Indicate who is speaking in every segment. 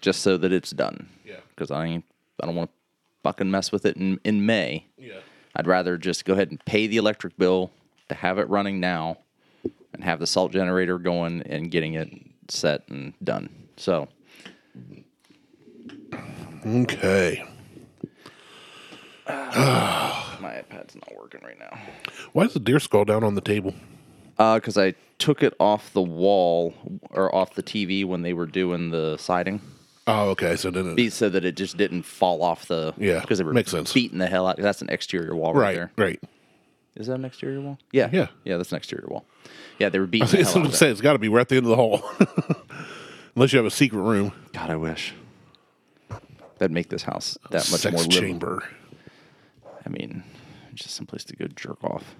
Speaker 1: just so that it's done.
Speaker 2: Yeah.
Speaker 1: Because I ain't, I don't want to fucking mess with it in, in May.
Speaker 2: Yeah.
Speaker 1: I'd rather just go ahead and pay the electric bill to have it running now and have the salt generator going and getting it set and done. So
Speaker 2: Okay.
Speaker 1: my iPad's not working right now.
Speaker 2: Why is the deer skull down on the table?
Speaker 1: Because I took it off the wall or off the TV when they were doing the siding.
Speaker 2: Oh, okay. So then,
Speaker 1: Be
Speaker 2: it,
Speaker 1: so that it just didn't fall off the.
Speaker 2: Yeah,
Speaker 1: Because they were
Speaker 2: makes sense.
Speaker 1: beating the hell out. That's an exterior wall right,
Speaker 2: right,
Speaker 1: there.
Speaker 2: right.
Speaker 1: Is that an exterior wall? Yeah.
Speaker 2: Yeah.
Speaker 1: Yeah, that's an exterior wall. Yeah, they were beating the hell
Speaker 2: That's
Speaker 1: out
Speaker 2: what
Speaker 1: of
Speaker 2: I'm
Speaker 1: that.
Speaker 2: saying. It's got to be right at the end of the hall, unless you have a secret room,
Speaker 1: God, I wish. That'd make this house that much
Speaker 2: sex
Speaker 1: more livable.
Speaker 2: chamber,
Speaker 1: I mean, just someplace to go jerk off.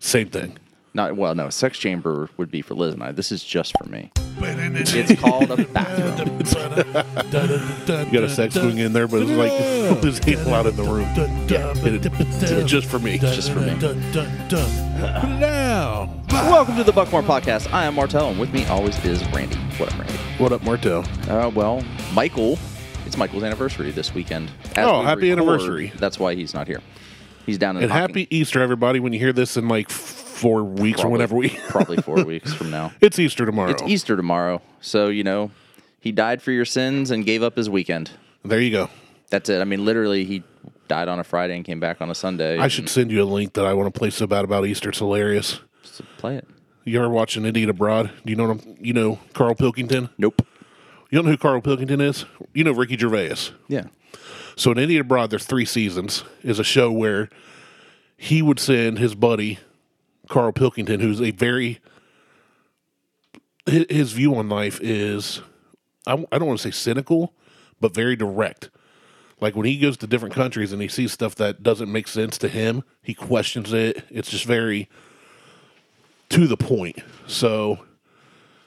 Speaker 2: same thing.
Speaker 1: Not well, no. Sex chamber would be for Liz and I. This is just for me. It's called a bathroom.
Speaker 2: You got a sex swing in there, but it's like there's a lot in the room. It- it's just for me.
Speaker 1: just for me.
Speaker 2: Now,
Speaker 1: Welcome to the Buckmore Podcast. I am Martel, and with me always is Randy. What up, Randy?
Speaker 2: what up, Martel?
Speaker 1: Uh, well, Michael. It's Michael's anniversary this weekend. As
Speaker 2: Oh,
Speaker 1: we
Speaker 2: happy anniversary.
Speaker 1: That's why he's not here. He's down in
Speaker 2: And
Speaker 1: Hocking,
Speaker 2: happy Easter, everybody! When you hear this in like f- four weeks
Speaker 1: probably-
Speaker 2: or whenever we,
Speaker 1: probably four weeks from now.
Speaker 2: it's Easter tomorrow.
Speaker 1: It's Easter tomorrow, so you know he died for your sins and gave up his weekend.
Speaker 2: There you go.
Speaker 1: That's it. I mean, literally, he died on a Friday and came back on a Sunday.
Speaker 2: I should send you a link that I want to play so bad about Easter. It's hilarious.
Speaker 1: So play it.
Speaker 2: You ever watching Indian Abroad? Do you know what I'm, you know Carl Pilkington?
Speaker 1: Nope.
Speaker 2: You don't know who Carl Pilkington is? You know Ricky Gervais.
Speaker 1: Yeah.
Speaker 2: So in Indian Abroad, there's three seasons. Is a show where he would send his buddy Carl Pilkington, who's a very hi- his view on life is I, I don't want to say cynical, but very direct. Like when he goes to different countries and he sees stuff that doesn't make sense to him, he questions it. It's just very to the point. So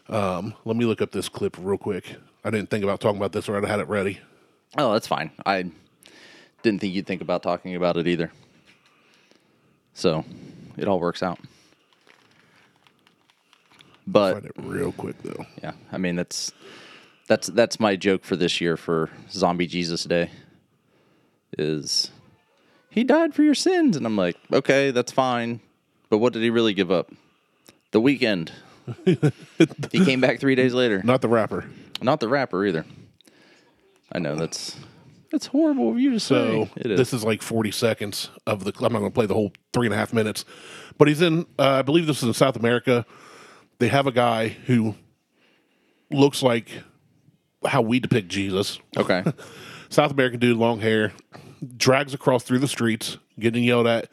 Speaker 2: um, let me look up this clip real quick. I didn't think about talking about this or I'd have had it ready.
Speaker 1: Oh, that's fine. I didn't think you'd think about talking about it either. So it all works out. But
Speaker 2: Find it real quick though.
Speaker 1: yeah, I mean that's that's that's my joke for this year for Zombie Jesus Day. Is he died for your sins? And I'm like, okay, that's fine. But what did he really give up? The weekend. he came back three days later.
Speaker 2: Not the rapper.
Speaker 1: Not the rapper either. I know that's that's horrible of you to
Speaker 2: So
Speaker 1: say. it is.
Speaker 2: this is like 40 seconds of the. I'm not going to play the whole three and a half minutes, but he's in. Uh, I believe this is in South America. They have a guy who looks like how we depict Jesus.
Speaker 1: okay.
Speaker 2: South American dude, long hair, drags across through the streets, getting yelled at.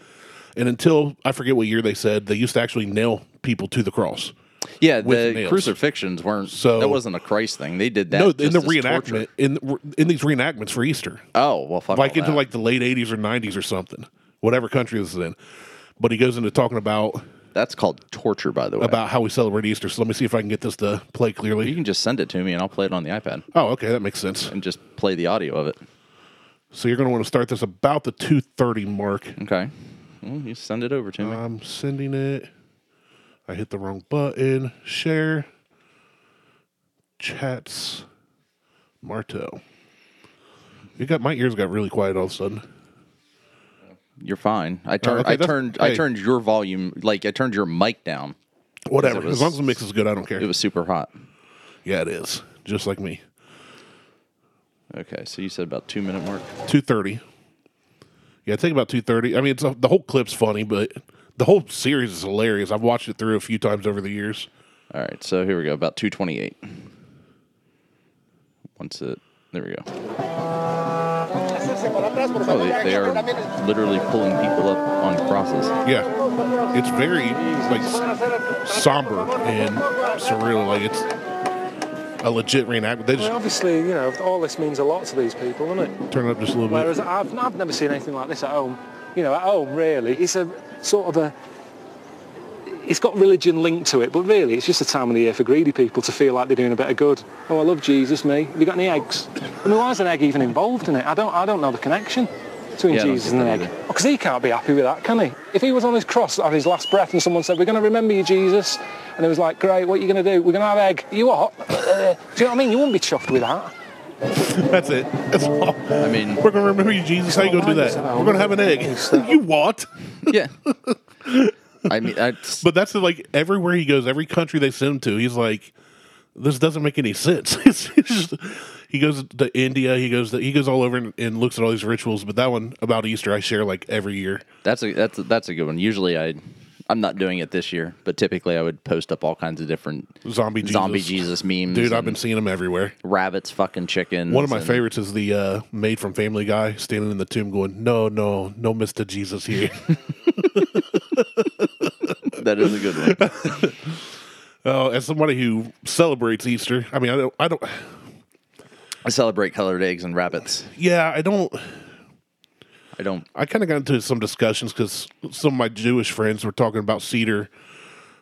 Speaker 2: And until I forget what year they said, they used to actually nail people to the cross.
Speaker 1: Yeah, the
Speaker 2: With nails.
Speaker 1: crucifixions weren't.
Speaker 2: So-
Speaker 1: that wasn't a Christ thing. They did that.
Speaker 2: No, in
Speaker 1: just
Speaker 2: the
Speaker 1: as torture.
Speaker 2: reenactment, in in these reenactments for Easter,
Speaker 1: Oh well, fuck.
Speaker 2: like
Speaker 1: all
Speaker 2: into
Speaker 1: that.
Speaker 2: like the late 80s or 90s or something whatever country this is in but he goes into talking about
Speaker 1: that's called torture, by the way.
Speaker 2: about how we celebrate easter so let me see if i can get this to play
Speaker 1: you
Speaker 2: clearly
Speaker 1: can just send it to me, and I'll play it on the iPad
Speaker 2: oh okay that makes sense
Speaker 1: and just play the audio of it.
Speaker 2: so you're going to want to start this about the 2.30 mark
Speaker 1: Okay. Well, you send it over to me.
Speaker 2: i'm sending it i hit the wrong button share chats martel it got my ears got really quiet all of a sudden
Speaker 1: You're fine. I turned.
Speaker 2: uh, okay,
Speaker 1: I
Speaker 2: that's-
Speaker 1: turned. I
Speaker 2: hey.
Speaker 1: turned your volume. Like I turned your mic down.
Speaker 2: whatever
Speaker 1: was-
Speaker 2: as long as the mix is good i don't care
Speaker 1: It was super hot.
Speaker 2: yeah it is just like me
Speaker 1: Okay, so you said about two minute mark.
Speaker 2: two thirty. Yeah, I think about two thirty. I mean, it's the whole clip's funny, but the whole series is hilarious. I've watched it through a few times over the years.
Speaker 1: All right, so here we go. About two twenty eight. Once it. There we go. Oh, they, they are literally pulling people up on crosses.
Speaker 2: Yeah, it's very like s- somber and surreal. Like it's a legit reenactment. They
Speaker 3: Well,
Speaker 2: just
Speaker 3: obviously, you know, all this means a lot to these people, doesn't it?
Speaker 2: turn it up just a little bit.
Speaker 3: Whereas I've, I've never seen anything like this at home. You know, at home, really, it's a sort of a... It's got religion linked to it, but really, it's just a time of the year for greedy people to feel like they're doing a bit of good. Oh, I love Jesus, me. Have you got any eggs? I mean, why is an egg even involved in it? I don't, I don't know the connection between
Speaker 1: Yeah, I don't
Speaker 3: Jesus
Speaker 1: get
Speaker 3: and an
Speaker 1: that
Speaker 3: egg.
Speaker 1: either.
Speaker 3: Because he can't be happy with that, can he? If he was on his cross at his last breath and someone said, we're going to remember you, Jesus, and he was like, great, what are you going to do? We're going to have egg. You what? Uh, do you know what I mean? You wouldn't be chuffed with that.
Speaker 2: That's it. That's all.
Speaker 1: I mean,
Speaker 2: We're gonna remember you, Jesus. How you gonna do that? We're gonna have an egg. you what?
Speaker 1: yeah. I mean, I,
Speaker 2: But that's like everywhere he goes, every country they send him to, he's like, this doesn't make any sense. it's, it's just, he goes to India, he goes to, he goes all over and, and looks at all these rituals. But that one about Easter, I share like every year.
Speaker 1: that's a that's a, that's a good one. Usually, I I'm not doing it this year, but typically I would post up all kinds of different
Speaker 2: Zombie Jesus.
Speaker 1: zombie Jesus memes.
Speaker 2: Dude, I've
Speaker 1: and
Speaker 2: been seeing them everywhere.
Speaker 1: rabbits fucking chickens.
Speaker 2: One of my
Speaker 1: and-
Speaker 2: favorites is the uh, maid from Family Guy standing in the tomb going, No, no, no, Mr. Jesus here.
Speaker 1: That is a good one.
Speaker 2: Oh, as somebody who celebrates Easter, I mean, I don't, I don't,
Speaker 1: I celebrate colored eggs and rabbits.
Speaker 2: yeah, I don't,
Speaker 1: I don't.
Speaker 2: I kind of got into some discussions because some of my Jewish friends were talking about Cedar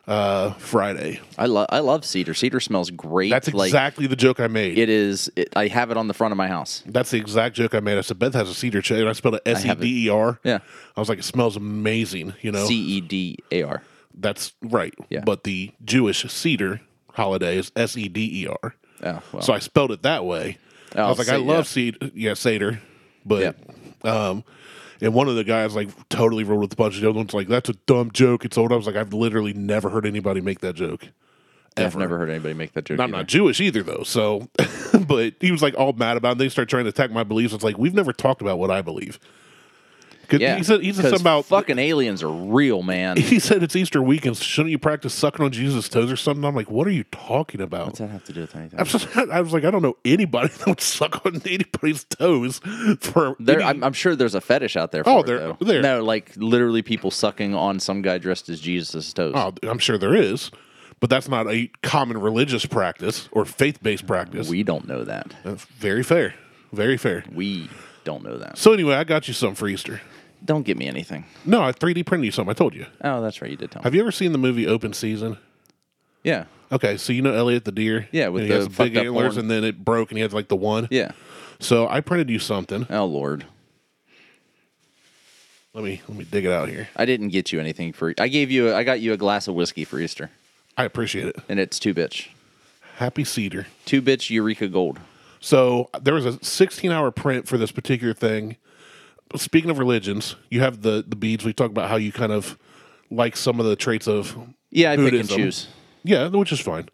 Speaker 2: uh, Friday.
Speaker 1: I love I love cedar. Cedar smells great.
Speaker 2: That's
Speaker 1: Like,
Speaker 2: exactly the joke I made.
Speaker 1: it is. It, I have it on the front of my house.
Speaker 2: That's the exact joke I made. I said Beth has a cedar tree, and I spelled it S E
Speaker 1: have it.
Speaker 2: D E R.
Speaker 1: Yeah.
Speaker 2: I was like, it smells amazing. You know,
Speaker 1: C E D A R.
Speaker 2: that's right.
Speaker 1: Yeah.
Speaker 2: But the Jewish cedar holiday is S E D E R.
Speaker 1: Oh, well.
Speaker 2: So I spelled it that way. I
Speaker 1: Oh,
Speaker 2: was like,
Speaker 1: so-
Speaker 2: I love
Speaker 1: yeah.
Speaker 2: cedar, yeah, cedar, but um, and one of the guys like totally rolled with a bunch of the other ones. Like, that's a dumb joke. It's old. I was like, I've literally never heard anybody make that joke.
Speaker 1: I've never heard anybody make that joke.
Speaker 2: I'm
Speaker 1: either.
Speaker 2: not Jewish either, though. So, but he was like all mad about it. They started trying to attack my beliefs. It's like we've never talked about what I believe. 'Cause
Speaker 1: Yeah,
Speaker 2: he said he said
Speaker 1: 'cause
Speaker 2: something about
Speaker 1: fucking aliens are real, man.
Speaker 2: he said it's Easter weekend. so Shouldn't you practice sucking on Jesus' toes or something? I'm like, what are you talking about?
Speaker 1: What's that have to do with anything?
Speaker 2: I'm just- I was like, I don't know anybody that would suck on anybody's toes for.
Speaker 1: There,
Speaker 2: any-
Speaker 1: I'm, I'm sure there's a fetish out there. For
Speaker 2: Oh,
Speaker 1: it,
Speaker 2: there-
Speaker 1: though.
Speaker 2: there.
Speaker 1: No, like literally people sucking on some guy dressed as Jesus' toes.
Speaker 2: oh, I'm sure there is, but that's not a common religious practice or faith based practice.
Speaker 1: We don't know that.
Speaker 2: That's very fair, very fair.
Speaker 1: We don't know that.
Speaker 2: So anyway, I got you some for Easter.
Speaker 1: Don't give me anything.
Speaker 2: No, I 3D printed you something. I told you.
Speaker 1: Oh, that's right. You did tell me.
Speaker 2: Have you ever seen the movie Open Season?
Speaker 1: Yeah.
Speaker 2: Okay, so you know Elliot the deer.
Speaker 1: Yeah, with
Speaker 2: And
Speaker 1: the
Speaker 2: he has
Speaker 1: fucked
Speaker 2: big
Speaker 1: up
Speaker 2: antlers,
Speaker 1: horn.
Speaker 2: and then it broke, and he has like the one.
Speaker 1: Yeah.
Speaker 2: So I printed you something.
Speaker 1: Oh Lord,
Speaker 2: Let me let me dig it out here.
Speaker 1: I didn't get you anything for. e- I gave you. I got you a glass of whiskey for Easter,
Speaker 2: I appreciate it.
Speaker 1: and it's two bitch,
Speaker 2: Happy Cedar.
Speaker 1: two bitch Eureka Gold.
Speaker 2: So there was a 16 hour print for this particular thing. Speaking of religions, you have the the beads. We talked about how you kind of like some of the traits of
Speaker 1: Yeah, I pick and
Speaker 2: Buddhism.
Speaker 1: choose.
Speaker 2: Yeah, which is fine.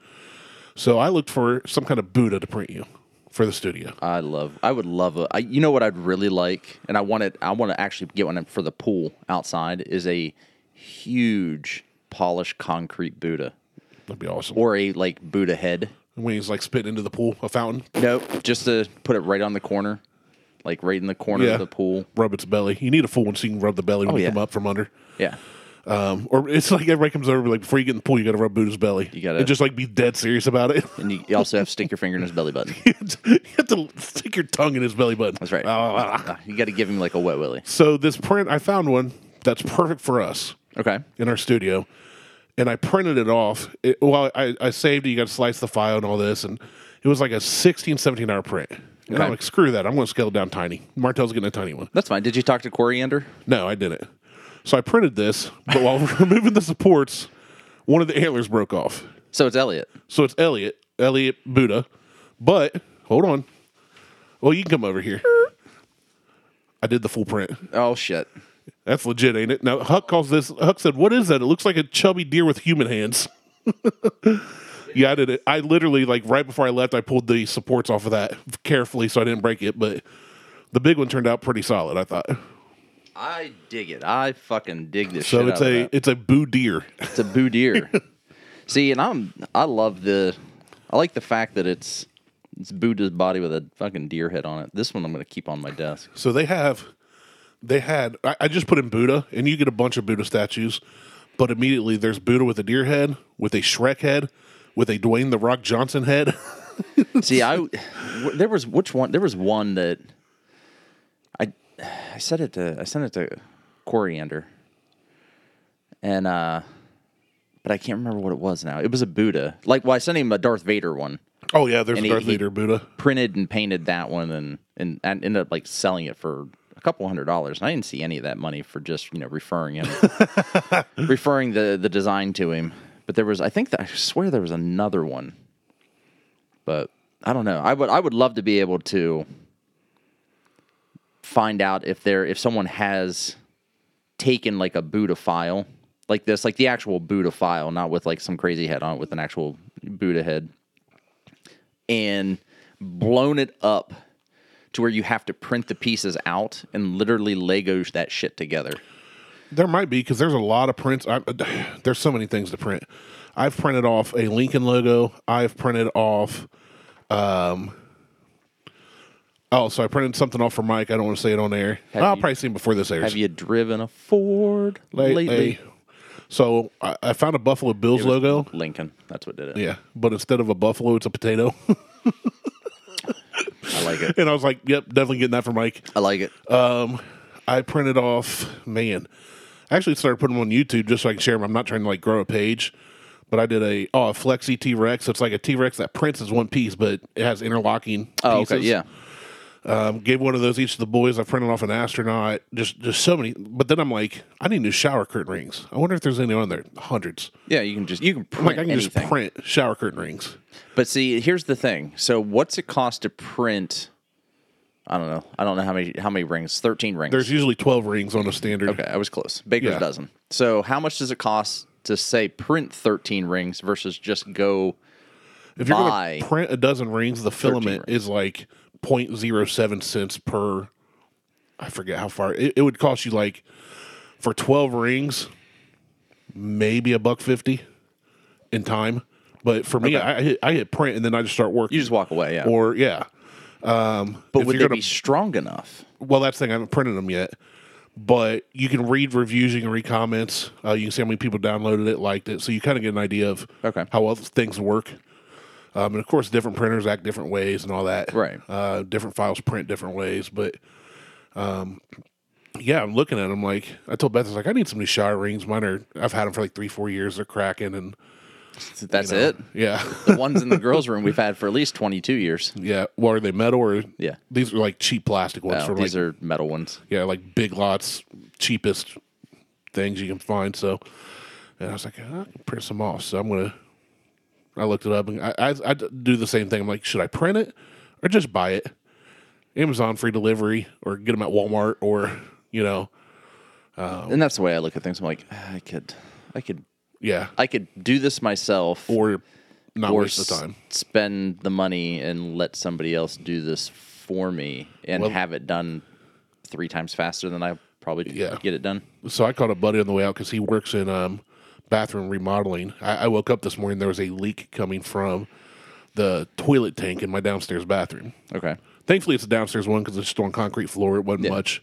Speaker 2: So I looked for some kind of Buddha to print you for the studio.
Speaker 1: I love. I would love a. I, you know what I'd really like, and I want it. I want to actually get one for the pool outside. Is a huge polished concrete Buddha
Speaker 2: That'd be awesome.
Speaker 1: or a like Buddha head.
Speaker 2: when he's like spitting into the pool, a fountain,
Speaker 1: Nope, just to put it right on the corner, like right in the corner
Speaker 2: Yeah.
Speaker 1: of the pool.
Speaker 2: rub its belly. You need a full one so you can rub the belly when
Speaker 1: Oh,
Speaker 2: you
Speaker 1: yeah.
Speaker 2: come up from under.
Speaker 1: Yeah,
Speaker 2: Um, or it's like everybody comes over like before you get in the pool, you got to rub Buddha's belly. You
Speaker 1: gotta-
Speaker 2: and just like be dead serious about it.
Speaker 1: and you, you also have to stick your finger in his belly button.
Speaker 2: you have to stick your tongue in his belly button.
Speaker 1: That's right.
Speaker 2: Ah.
Speaker 1: Uh, You got to give him like a wet willy.
Speaker 2: So this print, I found one that's perfect for us
Speaker 1: Okay.
Speaker 2: in our studio, and I printed it off. It, well, I, I saved it. You got to slice the file and all this, and it was like a 16, 17 hour print. And I'm
Speaker 1: Okay.
Speaker 2: like, screw that. I'm going to scale it down tiny. Martel's getting a tiny one.
Speaker 1: That's fine. Did you talk to Coriander?
Speaker 2: No, I didn't. So I printed this, but while removing the supports, one of the antlers broke off.
Speaker 1: So it's Elliot.
Speaker 2: So it's Elliot, Elliot Buddha. But hold on. Well, you can come over here. I did the full print.
Speaker 1: Oh shit.
Speaker 2: That's legit, ain't it? Now Huck calls this. Huck said, "What is that? It looks like a chubby deer with human hands." yeah, I did it. I literally like right before I left, I pulled the supports off of that carefully so I didn't break it. But the big one turned out pretty solid. I thought.
Speaker 1: I dig it. I fucking dig this.
Speaker 2: So
Speaker 1: shit
Speaker 2: it's
Speaker 1: out of
Speaker 2: a
Speaker 1: that.
Speaker 2: it's a boo deer.
Speaker 1: It's a boo deer. See, and I'm I love the I like the fact that it's it's Buddha's body with a fucking deer head on it. This one I'm gonna keep on my desk.
Speaker 2: So they have, they had. I, I just put in Buddha, and you get a bunch of Buddha statues, but immediately there's Buddha with a deer head, with a Shrek head, with a Dwayne the Rock Johnson head.
Speaker 1: See, I w- there was which one? There was one that I I said it to I sent it to Coriander, and uh, but I can't remember what it was now. It was a Buddha. Like, well, I sent him a Darth Vader one,
Speaker 2: oh yeah, there's
Speaker 1: And
Speaker 2: a
Speaker 1: he-
Speaker 2: Darth
Speaker 1: he-
Speaker 2: Vader Buddha.
Speaker 1: printed and painted that one, and and I ended up like selling it for a couple hundred dollars. And I didn't see any of that money for just you know referring him, referring the the design to him. But there was, I think, that, I swear there was another one, but I don't know. I would I would love to be able to find out if there if someone has taken like a Buddha file like this, like the actual Buddha file, not with like some crazy head on it, with an actual Buddha head, and blown it up to where you have to print the pieces out and literally Legos that shit together.
Speaker 2: There might be because there's a lot of prints. I, there's so many things to print. I've printed off a Lincoln logo. I've printed off. Um, oh, so I printed something off for Mike. I don't want to say it on air.
Speaker 1: Have
Speaker 2: I'll
Speaker 1: you-
Speaker 2: probably see him before this airs.
Speaker 1: Have you driven a Ford
Speaker 2: Late-
Speaker 1: lately?
Speaker 2: late. So I, I found a Buffalo Bills logo.
Speaker 1: Lincoln. That's what did it.
Speaker 2: Yeah, but instead of a buffalo, it's a potato.
Speaker 1: I like it.
Speaker 2: and I was like, "Yep, definitely getting that for Mike."
Speaker 1: I like it.
Speaker 2: Um, I printed off, man. I actually started putting them on YouTube just so I can share them. I'm not trying to like grow a page, but I did a oh a flexi T Rex. It's like a T Rex that prints as one piece, but it has interlocking.
Speaker 1: oh,
Speaker 2: pieces.
Speaker 1: okay. Yeah.
Speaker 2: Um, gave one of those each to the boys. I printed off an astronaut. Just just so many. But then I'm like, I need new shower curtain rings. I wonder if there's any on there. Hundreds.
Speaker 1: Yeah, you can just you can
Speaker 2: I'm
Speaker 1: print
Speaker 2: like I can
Speaker 1: anything.
Speaker 2: just print shower curtain rings.
Speaker 1: But see, here's the thing. So what's it cost to print? I don't know. I don't know how many how many rings. Thirteen rings.
Speaker 2: There's usually twelve rings on a standard.
Speaker 1: okay, I was close. Baker's
Speaker 2: Yeah.
Speaker 1: dozen. So how much does it cost to say print thirteen rings versus just go?
Speaker 2: If you're
Speaker 1: buy
Speaker 2: going to print a dozen rings, the filament
Speaker 1: rings.
Speaker 2: is like 0.07 cents per. I forget how far it, it would cost you. Like for twelve rings, maybe a buck fifty in time. But for me, I, I hit, I hit print and then I just start working.
Speaker 1: You just walk away. Yeah.
Speaker 2: or yeah. Um,
Speaker 1: but
Speaker 2: if
Speaker 1: would
Speaker 2: you're
Speaker 1: they
Speaker 2: gonna-
Speaker 1: be strong enough?
Speaker 2: well, that's the thing. I haven't printed them yet, but you can read reviews, you can read comments, uh, you can see how many people downloaded it, liked it, so you kind of get an idea of
Speaker 1: Okay.
Speaker 2: how else things work. Um, and of course, different printers act different ways and all that.
Speaker 1: Right.
Speaker 2: Uh, different files print different ways, but um, yeah, I'm looking at them like I told Beth, I was like, I need some new shower rings. Mine are I've had them for like three, four years. They're cracking, and
Speaker 1: That's it.
Speaker 2: yeah,
Speaker 1: The ones in the girls' room we've had for at least twenty two years.
Speaker 2: yeah. Well, are they metal or
Speaker 1: Yeah.
Speaker 2: These are like cheap plastic ones.
Speaker 1: Oh,
Speaker 2: from
Speaker 1: these
Speaker 2: like,
Speaker 1: are metal ones.
Speaker 2: yeah, like Big Lots cheapest things you can find. So, and I was like, I can print some off. So I'm gonna. I looked it up and I, I I do the same thing. I'm like, should I print it or just buy it? Amazon free delivery or get them at Walmart or you know, Oh.
Speaker 1: And that's the way I look at things. I'm like, "Ah, I could, I could,
Speaker 2: yeah,
Speaker 1: I could do this myself,
Speaker 2: or not
Speaker 1: or
Speaker 2: waste the
Speaker 1: s-
Speaker 2: time.
Speaker 1: spend the money and let somebody else do this for me and
Speaker 2: Well-
Speaker 1: have it done three times faster than I probably could
Speaker 2: Yeah.
Speaker 1: get it done.
Speaker 2: So I called a buddy on the way out because he works in um, bathroom remodeling. I, I woke up this morning there was a leak coming from the toilet tank in my downstairs bathroom.
Speaker 1: Okay.
Speaker 2: Thankfully, it's a downstairs one because it's just on concrete floor. It wasn't much.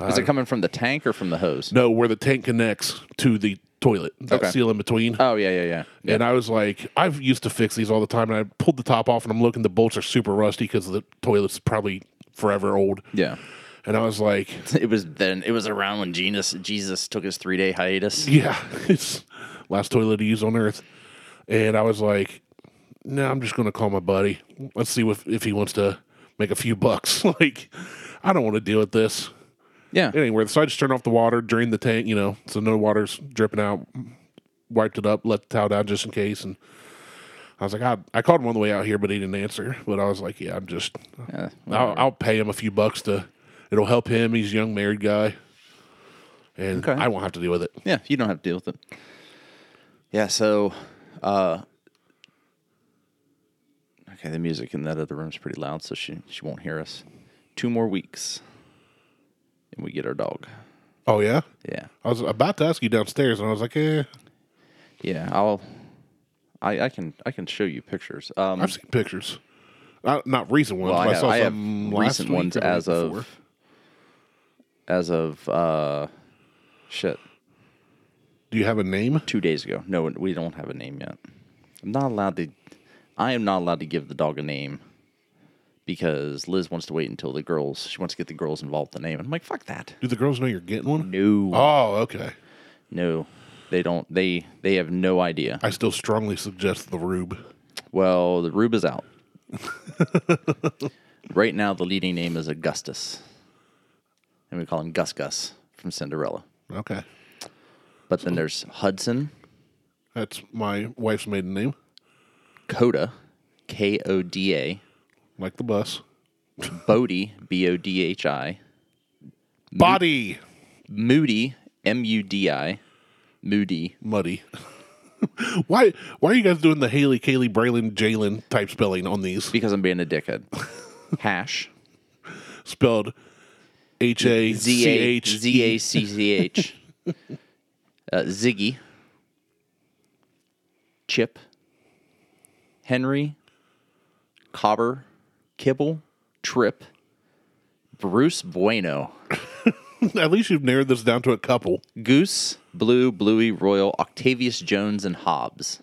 Speaker 1: Is it coming from the tank or from the hose?
Speaker 2: No, where the tank connects to the toilet, that
Speaker 1: Okay.
Speaker 2: seal in between.
Speaker 1: Oh yeah, yeah, yeah. yeah.
Speaker 2: And I was like, I've used to fix these all the time. And I pulled the top off, and I'm looking. The bolts are super rusty because the toilet's probably forever old.
Speaker 1: yeah.
Speaker 2: And I was like,
Speaker 1: It was then it was around when Jesus Jesus took his three day hiatus.
Speaker 2: Yeah, it's last toilet to use on Earth. And I was like, No, I'm just going to call my buddy. Let's see if if he wants to make a few bucks. like, I don't want to deal with this.
Speaker 1: Yeah.
Speaker 2: anywhere. So I just turned off the water, drained the tank, you know, so no water's dripping out. Wiped it up, let the towel down just in case. And I was like, "Ah," I, I called him on the way out here, but he didn't answer. But I was like, yeah, I'm just,
Speaker 1: Yeah.
Speaker 2: I'll, I'll pay him a few bucks to, it'll help him. He's a young married guy. And
Speaker 1: Okay.
Speaker 2: I won't have to deal with it.
Speaker 1: Yeah, you don't have to deal with it. Yeah, so uh Okay, the music in that other room's pretty loud, so she she won't hear us. Two more weeks and we get our dog.
Speaker 2: Oh, yeah?
Speaker 1: Yeah.
Speaker 2: I was about to ask you downstairs, and I was like, eh,
Speaker 1: Yeah, I'll I, I can I can show you pictures. Um
Speaker 2: I've seen pictures. Not, not recent ones.
Speaker 1: well,
Speaker 2: but
Speaker 1: I
Speaker 2: I,
Speaker 1: have,
Speaker 2: saw
Speaker 1: I have
Speaker 2: some last
Speaker 1: recent
Speaker 2: week
Speaker 1: ones
Speaker 2: or the week
Speaker 1: as of
Speaker 2: before.
Speaker 1: as of uh shit.
Speaker 2: Do you have a name?
Speaker 1: two days ago. No, we don't have a name yet. I'm not allowed to. I am not allowed to give the dog a name because Liz wants to wait until the girls. She wants to get the girls involved in the name. And I'm like, fuck that.
Speaker 2: Do the girls know you're getting one?
Speaker 1: No,
Speaker 2: Oh, okay.
Speaker 1: no, they don't. They they have no idea.
Speaker 2: I still strongly suggest the Rube.
Speaker 1: Well, the Rube is out. right now, the leading name is Augustus, and we call him Gus Gus from Cinderella.
Speaker 2: Okay.
Speaker 1: But then there's Hudson,
Speaker 2: That's my wife's maiden name.
Speaker 1: Coda, K O D A,
Speaker 2: like the bus.
Speaker 1: Bodhi, B O D H I.
Speaker 2: Body
Speaker 1: Moody, M U D I. Moody.
Speaker 2: muddy. why? Why are you guys doing the Haley, Kaylee, Braylon, Jalen type spelling on these?
Speaker 1: Because I'm being a dickhead. Hash.
Speaker 2: Spelled H A
Speaker 1: Z
Speaker 2: C
Speaker 1: A
Speaker 2: H E.
Speaker 1: Z A C C H. Uh, Ziggy. Chip. Henry. Cobber. Kibble. Trip. Bruce Bueno.
Speaker 2: At least you've narrowed this down to a couple.
Speaker 1: Goose. Blue. Bluey. Royal. Octavius Jones and Hobbs.